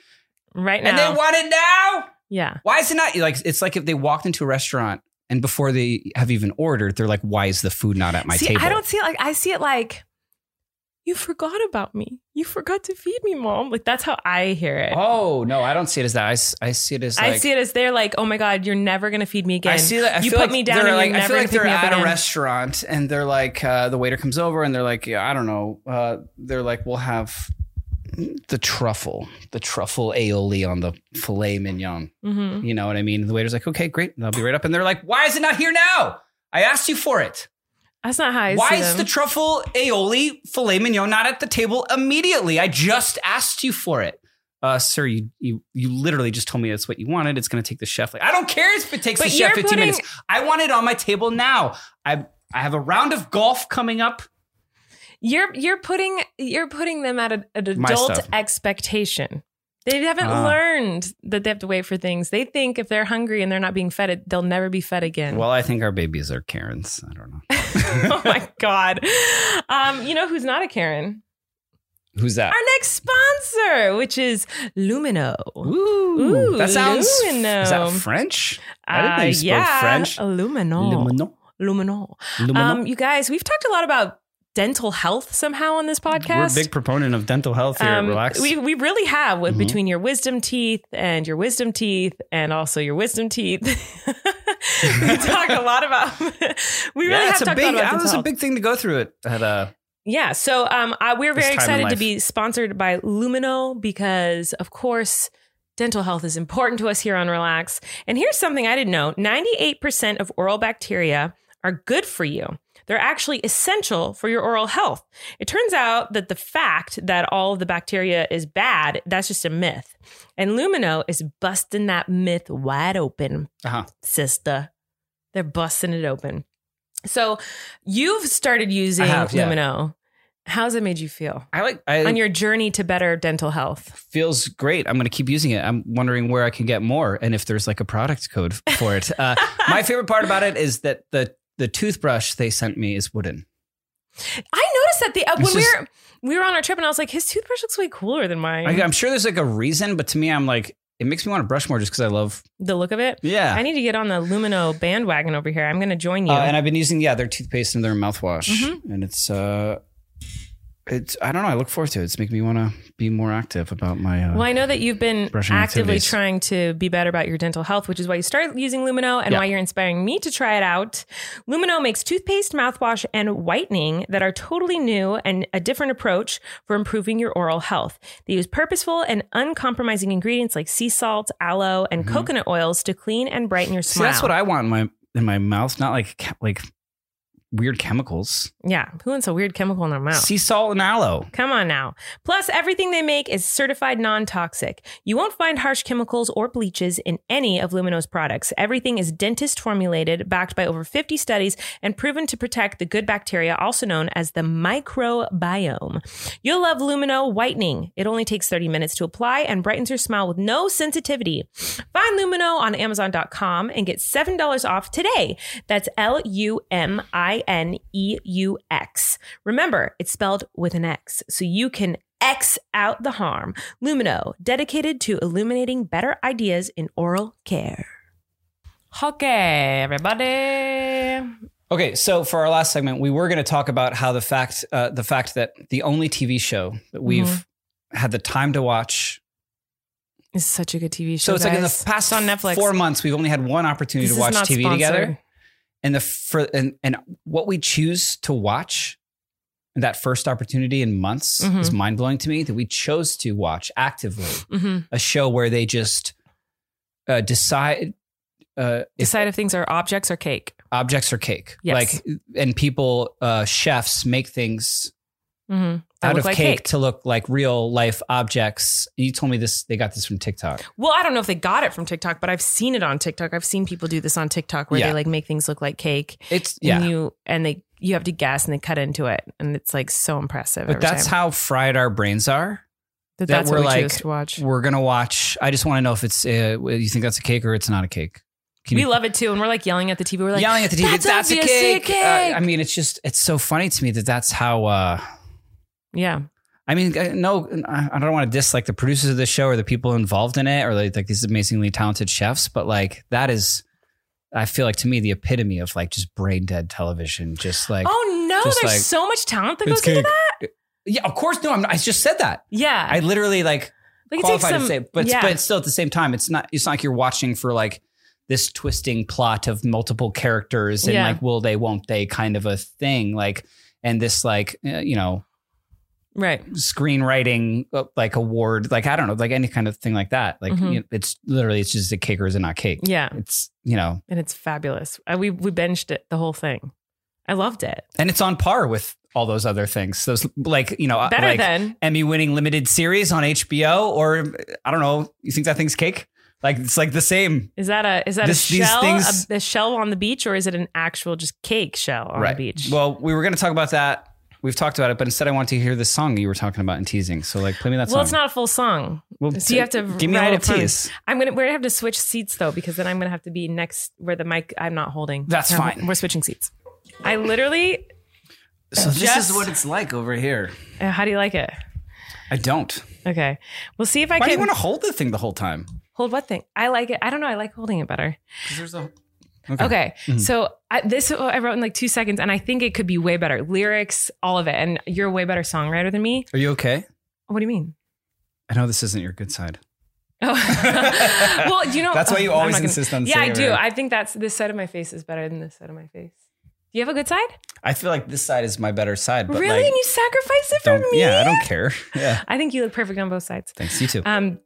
Speaker 2: right
Speaker 3: and they
Speaker 2: now.
Speaker 3: want it now.
Speaker 2: yeah,
Speaker 3: Why is it not like it's like if they walked into a restaurant and before they have even ordered, they're like, "Why is the food not at my
Speaker 2: see,
Speaker 3: table?"
Speaker 2: I don't see it like I see it like you forgot about me. You forgot to feed me, mom. Like that's how I hear it.
Speaker 3: oh no, I don't see it as that. I, s- I see it as like,
Speaker 2: I see it as they're like, oh my god, you're never gonna feed me again.
Speaker 3: I see that. I
Speaker 2: you
Speaker 3: feel
Speaker 2: put
Speaker 3: like
Speaker 2: me down.
Speaker 3: they're
Speaker 2: And
Speaker 3: like,
Speaker 2: you're
Speaker 3: I
Speaker 2: never
Speaker 3: feel like
Speaker 2: gonna
Speaker 3: they're
Speaker 2: pick me up
Speaker 3: at
Speaker 2: again.
Speaker 3: a restaurant and they're like, uh, the waiter comes over and they're like, yeah, I don't know. Uh, they're like, we'll have the truffle, the truffle aioli on the filet mignon.
Speaker 2: Mhm.
Speaker 3: You know what I mean? The waiter's like, okay, great. I'll be right up. And they're like, why is it not here now? I asked you for it.
Speaker 2: That's not how I
Speaker 3: Why
Speaker 2: see
Speaker 3: is
Speaker 2: them.
Speaker 3: the truffle aioli filet mignon not at the table immediately? I just asked you for it. Uh, sir, you, you you literally just told me that's what you wanted. It's going to take the chef. Like, I don't care if it takes
Speaker 2: But
Speaker 3: the chef
Speaker 2: you're
Speaker 3: 15
Speaker 2: putting-
Speaker 3: minutes. I want it on my table now. I I have a round of golf coming up.
Speaker 2: You're you're putting you're putting them at a, an
Speaker 3: My
Speaker 2: adult
Speaker 3: stuff.
Speaker 2: expectation. They haven't
Speaker 3: Ah.
Speaker 2: learned that they have to wait for things. They think if they're hungry and they're not being fed, it, they'll never be fed again.
Speaker 3: Well, I think our babies are Karens. I don't know.
Speaker 2: oh my god! Um, you know who's not a Karen?
Speaker 3: Who's that?
Speaker 2: Our next sponsor, which is Lumino.
Speaker 3: Ooh,
Speaker 2: Ooh,
Speaker 3: that sounds.
Speaker 2: Lumino.
Speaker 3: Is that French? I didn't know you
Speaker 2: Uh,
Speaker 3: spoke
Speaker 2: yeah,
Speaker 3: French.
Speaker 2: Lumino.
Speaker 3: Lumino.
Speaker 2: Lumino.
Speaker 3: Lumino.
Speaker 2: Um, you guys, we've talked a lot about dental health somehow on this
Speaker 3: We're a
Speaker 2: podcast.
Speaker 3: big proponent of dental health here.
Speaker 2: Um,
Speaker 3: Relax.
Speaker 2: We we really have with
Speaker 3: Mhm.
Speaker 2: between your wisdom teeth and your wisdom teeth and also your wisdom teeth. we talk a lot about. we really have
Speaker 3: it's
Speaker 2: talked
Speaker 3: a
Speaker 2: a
Speaker 3: big,
Speaker 2: lot about
Speaker 3: that was
Speaker 2: dental
Speaker 3: a
Speaker 2: health.
Speaker 3: big thing to go through it at uh, a
Speaker 2: Yeah. So um, I, we're
Speaker 3: This
Speaker 2: very
Speaker 3: time in
Speaker 2: excited to
Speaker 3: life.
Speaker 2: be sponsored by Lumino because, of course, dental health is important to us here on Relax. And here's something I didn't know 98% of oral bacteria are good for you. They're actually essential for your oral health. It turns out that the fact that all of the bacteria is bad, that's just a myth. And Lumino is busting that myth wide open
Speaker 3: uh-huh.
Speaker 2: sister. They're busting it open. So you've started using
Speaker 3: I have, yeah.
Speaker 2: Lumino. How's it made you feel
Speaker 3: I like I
Speaker 2: on your journey to better dental health?
Speaker 3: feels great. I'm going to keep using it. I'm wondering where I can get more and if there's like a product code for it. Uh, my favorite part about it is that the the toothbrush they sent me is wooden.
Speaker 2: I noticed that the uh, when
Speaker 3: It's
Speaker 2: we
Speaker 3: just-
Speaker 2: were we were on our trip and I was like, his toothbrush looks way cooler than mine.
Speaker 3: Like, I'm sure there's like a reason, but to me, I'm like it makes me want to brush more just because I love.
Speaker 2: the look of it.
Speaker 3: Yeah, Oh,
Speaker 2: I need to get on the Lumino bandwagon over here. I'm going to join you. Mm-hmm.
Speaker 3: Uh, and I've been using yeah their toothpaste and their mouthwash,
Speaker 2: Mhm.
Speaker 3: and it's uh, it's I don't know. I look forward to it. It's making me want to be more active about my. Uh,
Speaker 2: Well, I know that you've been
Speaker 3: Brushing
Speaker 2: actively
Speaker 3: activities.
Speaker 2: trying to be better about your dental health, which is why you started using Lumino and
Speaker 3: Yeah.
Speaker 2: why you're inspiring me to try it out. Lumino makes toothpaste, mouthwash, and whitening that are totally new and a different approach for improving your oral health. They use purposeful and uncompromising ingredients like sea salt, aloe, and coconut oils to clean and brighten your
Speaker 3: Mm-hmm. See,
Speaker 2: smile.
Speaker 3: that's what I want in my in my mouth, not like che- like weird chemicals.
Speaker 2: yeah, who wants a weird chemical in their mouth?
Speaker 3: Sea salt and aloe.
Speaker 2: Come on now. Plus, everything they make is certified non toxic. You won't find harsh chemicals or bleaches in any of Lumino's products. Everything is dentist formulated, backed by over 50 studies, and proven to protect the good bacteria, also known as the microbiome. You'll love Lumino Whitening. It only takes 30 minutes to apply and brightens your smile with no sensitivity. Find Lumino on Amazon.com and get $7 off today. That's L U M I N E U X. Remember, it's spelled with an X, so you can X out the harm. Lumino, dedicated to illuminating better ideas in oral care. Okay, everybody.
Speaker 3: Okay, so for our last segment, we were going to talk about how the fact uh, the fact that the only TV show that we've
Speaker 2: Mm-hmm.
Speaker 3: had the time to watch.
Speaker 2: It's such a good TV show.
Speaker 3: So it's like in
Speaker 2: guys.
Speaker 3: the past
Speaker 2: It's on Netflix.
Speaker 3: four months, we've only had one opportunity
Speaker 2: This
Speaker 3: to
Speaker 2: is
Speaker 3: watch
Speaker 2: not
Speaker 3: TV
Speaker 2: sponsored.
Speaker 3: together, and the for and and what we choose to watch. in That first opportunity in months
Speaker 2: Mhm.
Speaker 3: is mind blowing to me that we chose to watch actively
Speaker 2: Mhm.
Speaker 3: a show where they just uh, decide uh, if
Speaker 2: Decide if things are objects or cake.
Speaker 3: objects are cake.
Speaker 2: Yes.
Speaker 3: Like, and people, uh, chefs make things
Speaker 2: Mm-hmm.
Speaker 3: out of cake, to look like real life objects. You told me this, they got this from TikTok.
Speaker 2: Well, I don't know if they got it from TikTok, but I've seen it on TikTok. I've seen people do this on TikTok where
Speaker 3: Yeah.
Speaker 2: they like make things look like cake.
Speaker 3: It's, yeah.
Speaker 2: And you and they you have to guess and they cut into it. And it's like so impressive.
Speaker 3: but
Speaker 2: every
Speaker 3: that's
Speaker 2: time.
Speaker 3: how fried our brains are.
Speaker 2: that
Speaker 3: that
Speaker 2: that's
Speaker 3: we're
Speaker 2: what we
Speaker 3: like-
Speaker 2: choose to watch.
Speaker 3: We're going to watch. I just want to know if it's, uh, you think that's a cake or it's not a cake. Can
Speaker 2: We
Speaker 3: you-
Speaker 2: love it too. And we're like yelling at the TV. We're like
Speaker 3: yelling at the TV. That's,
Speaker 2: "That's
Speaker 3: a
Speaker 2: obviously a
Speaker 3: cake. Uh, I
Speaker 2: cake.
Speaker 3: mean, it's just, it's so funny to me that that's how, uh,
Speaker 2: Yeah.
Speaker 3: I mean, I- no, I I don't want to diss like the producers of the show or the people involved in it or like, like these amazingly talented chefs, but like that is, I feel like to me the epitome of like just brain dead television. Just like,
Speaker 2: oh no,
Speaker 3: just
Speaker 2: there's
Speaker 3: like,
Speaker 2: so much talent that
Speaker 3: it's
Speaker 2: goes into
Speaker 3: cake.
Speaker 2: that.
Speaker 3: yeah, of course, no, I'm not, I just said that.
Speaker 2: Yeah.
Speaker 3: I literally like
Speaker 2: like
Speaker 3: qualified to say, it, but
Speaker 2: yeah.
Speaker 3: but still at the same time, it's not it's not like you're watching for like this twisting plot of multiple characters and
Speaker 2: Yeah.
Speaker 3: like will they won't they kind of a thing like and this like uh, you know
Speaker 2: right.
Speaker 3: screenwriting uh, like award, like I don't know, like any kind of thing like that. Like
Speaker 2: Mhm.
Speaker 3: you know, it's literally it's just a cake or is it not cake?
Speaker 2: Yeah.
Speaker 3: It's you know,
Speaker 2: And it's fabulous. I, we we binged it the whole thing. I loved it.
Speaker 3: and it's on par with all those other things. Those like you know, uh,
Speaker 2: Better
Speaker 3: like
Speaker 2: than
Speaker 3: Emmy winning limited series on HBO, or I don't know. You think that thing's cake? Like it's like the same.
Speaker 2: is that a is that
Speaker 3: This-
Speaker 2: a
Speaker 3: these
Speaker 2: shell
Speaker 3: things-
Speaker 2: a, a shell on the beach or is it an actual just cake shell on the beach?
Speaker 3: Well, we were going to talk about that. We've talked about it, but instead I want to hear the song you were talking about and teasing. So like, play me that song.
Speaker 2: well, it's not a full song.
Speaker 3: Well,
Speaker 2: So you have to
Speaker 3: give me a
Speaker 2: write
Speaker 3: little
Speaker 2: it from-
Speaker 3: tease.
Speaker 2: I'm gonna we're gonna have to switch seats though because then I'm gonna have to be next where the mic I'm not holding.
Speaker 3: That's
Speaker 2: No,
Speaker 3: fine.
Speaker 2: We're switching seats. I literally.
Speaker 3: So this
Speaker 2: Jess-
Speaker 3: is what it's like over here.
Speaker 2: uh, How do you like it?
Speaker 3: I don't.
Speaker 2: Okay, we'll see if I
Speaker 3: Why do
Speaker 2: can
Speaker 3: you want to hold the thing the whole time?
Speaker 2: hold what thing. I like it. I don't know. I like holding it better.
Speaker 3: There's a
Speaker 2: Okay,
Speaker 3: Mm-hmm.
Speaker 2: so I, this oh, I wrote in like two seconds, and I think it could be way better. Lyrics, all of it, and you're a way better songwriter than me.
Speaker 3: Are you okay?
Speaker 2: What do you mean?
Speaker 3: I know this isn't your good side.
Speaker 2: Oh, well, you know
Speaker 3: That's why you
Speaker 2: I'm
Speaker 3: always
Speaker 2: not gonna-
Speaker 3: insist on
Speaker 2: Yeah, I
Speaker 3: saying
Speaker 2: do.
Speaker 3: it.
Speaker 2: I think that's this side of my face is better than this side of my face. Do you have a good side?
Speaker 3: I feel like this side is my better side. But
Speaker 2: really?
Speaker 3: Like,
Speaker 2: and you sacrifice it for
Speaker 3: don't,
Speaker 2: me?
Speaker 3: Yeah, I don't care. Yeah.
Speaker 2: I think you look perfect on both sides.
Speaker 3: Thanks. You too.
Speaker 2: Um,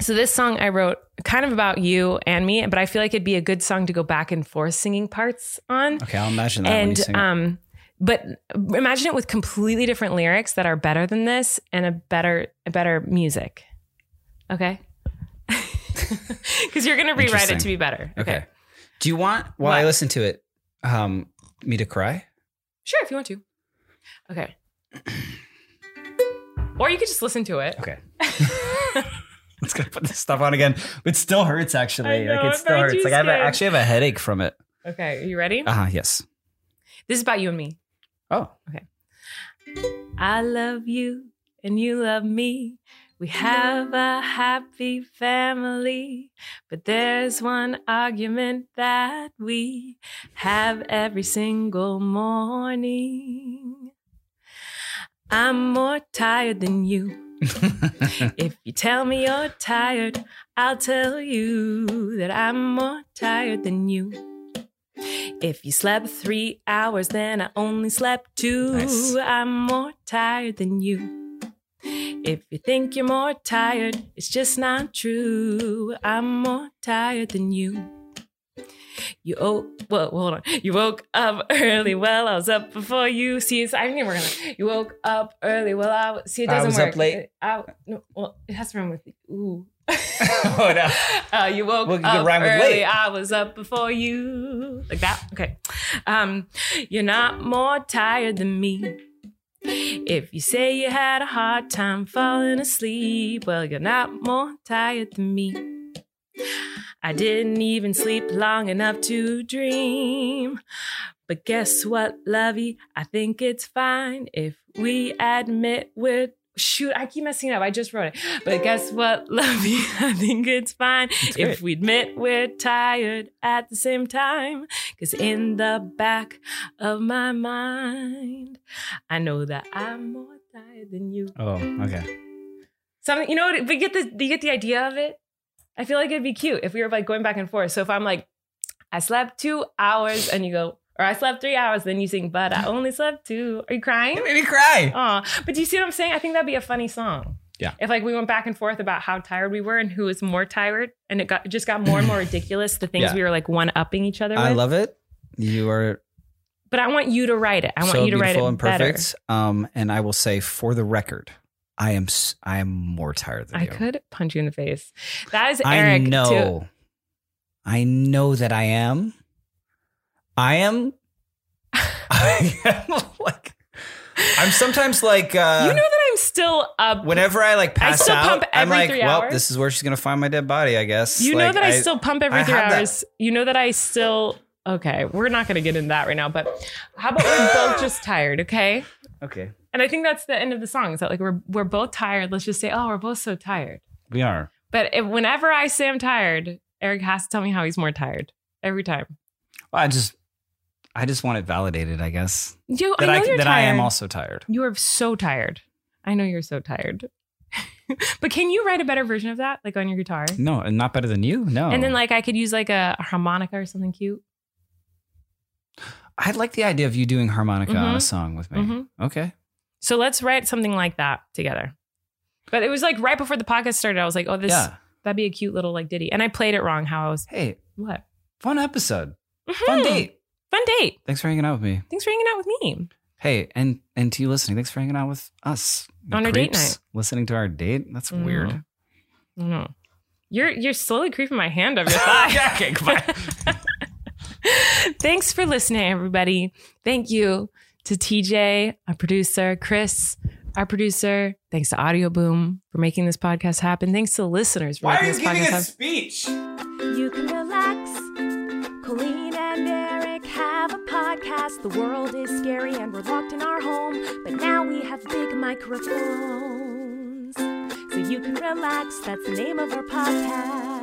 Speaker 2: so this song I wrote kind of about you and me, but I feel like it'd be a good song to go back and forth singing parts on.
Speaker 3: okay, I'll imagine that when you
Speaker 2: and
Speaker 3: sing. it.
Speaker 2: um, but imagine it with completely different lyrics that are better than this and a better a better music. Okay. Because you're gonna rewrite it
Speaker 3: Interesting.
Speaker 2: to be better.
Speaker 3: okay.
Speaker 2: Okay.
Speaker 3: Do you want while I
Speaker 2: What?
Speaker 3: listen to it, um, me to cry?
Speaker 2: Sure, if you want to. Okay. Or you could just listen to it.
Speaker 3: Okay. Let's go put this stuff on again. It still hurts actually.
Speaker 2: I know,
Speaker 3: like
Speaker 2: I'm
Speaker 3: it still
Speaker 2: very
Speaker 3: hurts. Like I have a,
Speaker 2: juicy.
Speaker 3: actually have a headache from it.
Speaker 2: Okay. Are you ready?
Speaker 3: Ah, yes.
Speaker 2: This is about you and me.
Speaker 3: Oh.
Speaker 2: I love you and you love me. We have a happy family, but there's one argument that we have every single morning. I'm more tired than you. if you tell me you're tired, I'll tell you that I'm more tired than you. If you slept three hours, then I only slept two.
Speaker 6: Nice.
Speaker 2: I'm more tired than you. If you think you're more tired, it's just not true. I'm more tired than you. You oh well hold on. You woke up early. Well, I was up before you. See, it's, I didn't even work on that. You woke up early. Well, I w- see. It
Speaker 6: I
Speaker 2: doesn't
Speaker 6: was up
Speaker 2: work. Uh,
Speaker 6: late.
Speaker 2: I, no, well, it has to rhyme with ooh.
Speaker 6: Oh, no.
Speaker 2: Uh, you woke
Speaker 6: Well, you could
Speaker 2: up
Speaker 6: rhyme with
Speaker 2: early.
Speaker 6: late.
Speaker 2: I was up before you. Like that. Okay. Um, you're not more tired than me. If you say you had a hard time falling asleep, well, you're not more tired than me. I didn't even sleep long enough to dream. But guess what, lovey? I think it's fine if we admit we're. Shoot, I keep messing it up. I just wrote it. But guess what, lovey? I think it's fine if we admit we're tired at the same time. Because in the back of my mind, I know that I'm more tired than you.
Speaker 3: Oh, okay.
Speaker 2: Something, you know what? We get the you get the idea of it. I feel like it'd be cute if we were like going back and forth. So if I'm like, I slept two hours, and you go, or I slept three hours, then you sing, but I only slept two. Are you crying?
Speaker 6: It made me cry.
Speaker 2: Aw, but do you see what I'm saying? I think that'd be a funny song.
Speaker 3: Yeah.
Speaker 2: If like we went back and forth about how tired we were and who was more tired, and it got it just got more and more ridiculous. The things
Speaker 3: Yeah.
Speaker 2: we were like one upping each other with.
Speaker 3: I love it. You are
Speaker 2: but I want you to write it. I want
Speaker 3: so
Speaker 2: you to write it
Speaker 3: beautiful and
Speaker 2: better.
Speaker 3: perfect. Um, and I will say, for the record, I am s- I am more tired than
Speaker 2: I
Speaker 3: you.
Speaker 2: could punch you in the face. That is
Speaker 3: I
Speaker 2: Eric.
Speaker 3: know. I know that I am. I am. I am like. I'm sometimes like. Uh,
Speaker 2: Too. You know that I'm still up.
Speaker 3: whenever I like pass
Speaker 2: still
Speaker 3: out,
Speaker 2: pump
Speaker 3: I'm
Speaker 2: every
Speaker 3: like,
Speaker 2: three
Speaker 3: well,
Speaker 2: hours."
Speaker 3: this is where she's gonna find my dead body, I guess.
Speaker 2: you know
Speaker 3: Like,
Speaker 2: that I, still pump every
Speaker 3: I
Speaker 2: three
Speaker 3: have that.
Speaker 2: hours. You know that I still. Okay, we're not going to get into that right now. But how about we're both just tired? Okay.
Speaker 3: Okay,
Speaker 2: And I think that's the end of the song. Is that like we're we're both tired? Let's just say, oh, we're both so tired.
Speaker 3: we are.
Speaker 2: But if, whenever I say I'm tired, Eric has to tell me how he's more tired every time.
Speaker 3: I just, I just want it validated, I guess.
Speaker 2: You,
Speaker 3: That
Speaker 2: Oh, I
Speaker 3: I,
Speaker 2: know
Speaker 3: c-
Speaker 2: you're
Speaker 3: that
Speaker 2: tired.
Speaker 3: I am also tired.
Speaker 2: You are so tired. I know you're so tired. but can you write a better version of that, like on your guitar?
Speaker 3: No, and not better than you. No,
Speaker 2: And then like I could use like a, a harmonica or something cute.
Speaker 3: I like the idea of you doing harmonica on a song with me.
Speaker 2: Mhm.
Speaker 3: Okay,
Speaker 2: So let's write something like that together. But it was like right before the podcast started, I was like, oh, this
Speaker 3: yeah.
Speaker 2: that'd be a cute little like ditty. And I played it wrong. How I was
Speaker 3: Hey,
Speaker 2: what
Speaker 3: fun episode, fun
Speaker 2: Mhm.
Speaker 3: date.
Speaker 2: fun date.
Speaker 3: Thanks for hanging out with me.
Speaker 2: Thanks for hanging out with me.
Speaker 3: Hey, and and to you listening, thanks for hanging out with us
Speaker 2: On our date night.
Speaker 3: Listening to our date. That's
Speaker 2: Mhm.
Speaker 3: weird.
Speaker 2: No. You're you're slowly creeping my hand up your thigh.
Speaker 3: okay, goodbye.
Speaker 2: Thanks for listening, everybody. Thank you to TJ, our producer, Chris, our producer. Thanks to Audio Boom for making this podcast happen. Thanks to the listeners for making this podcast happen.
Speaker 6: speech?
Speaker 2: You can relax. Colleen and Eric have a podcast. The world is scary and we're locked in our home. But now we have big microphones. So you can relax. That's the name of our podcast.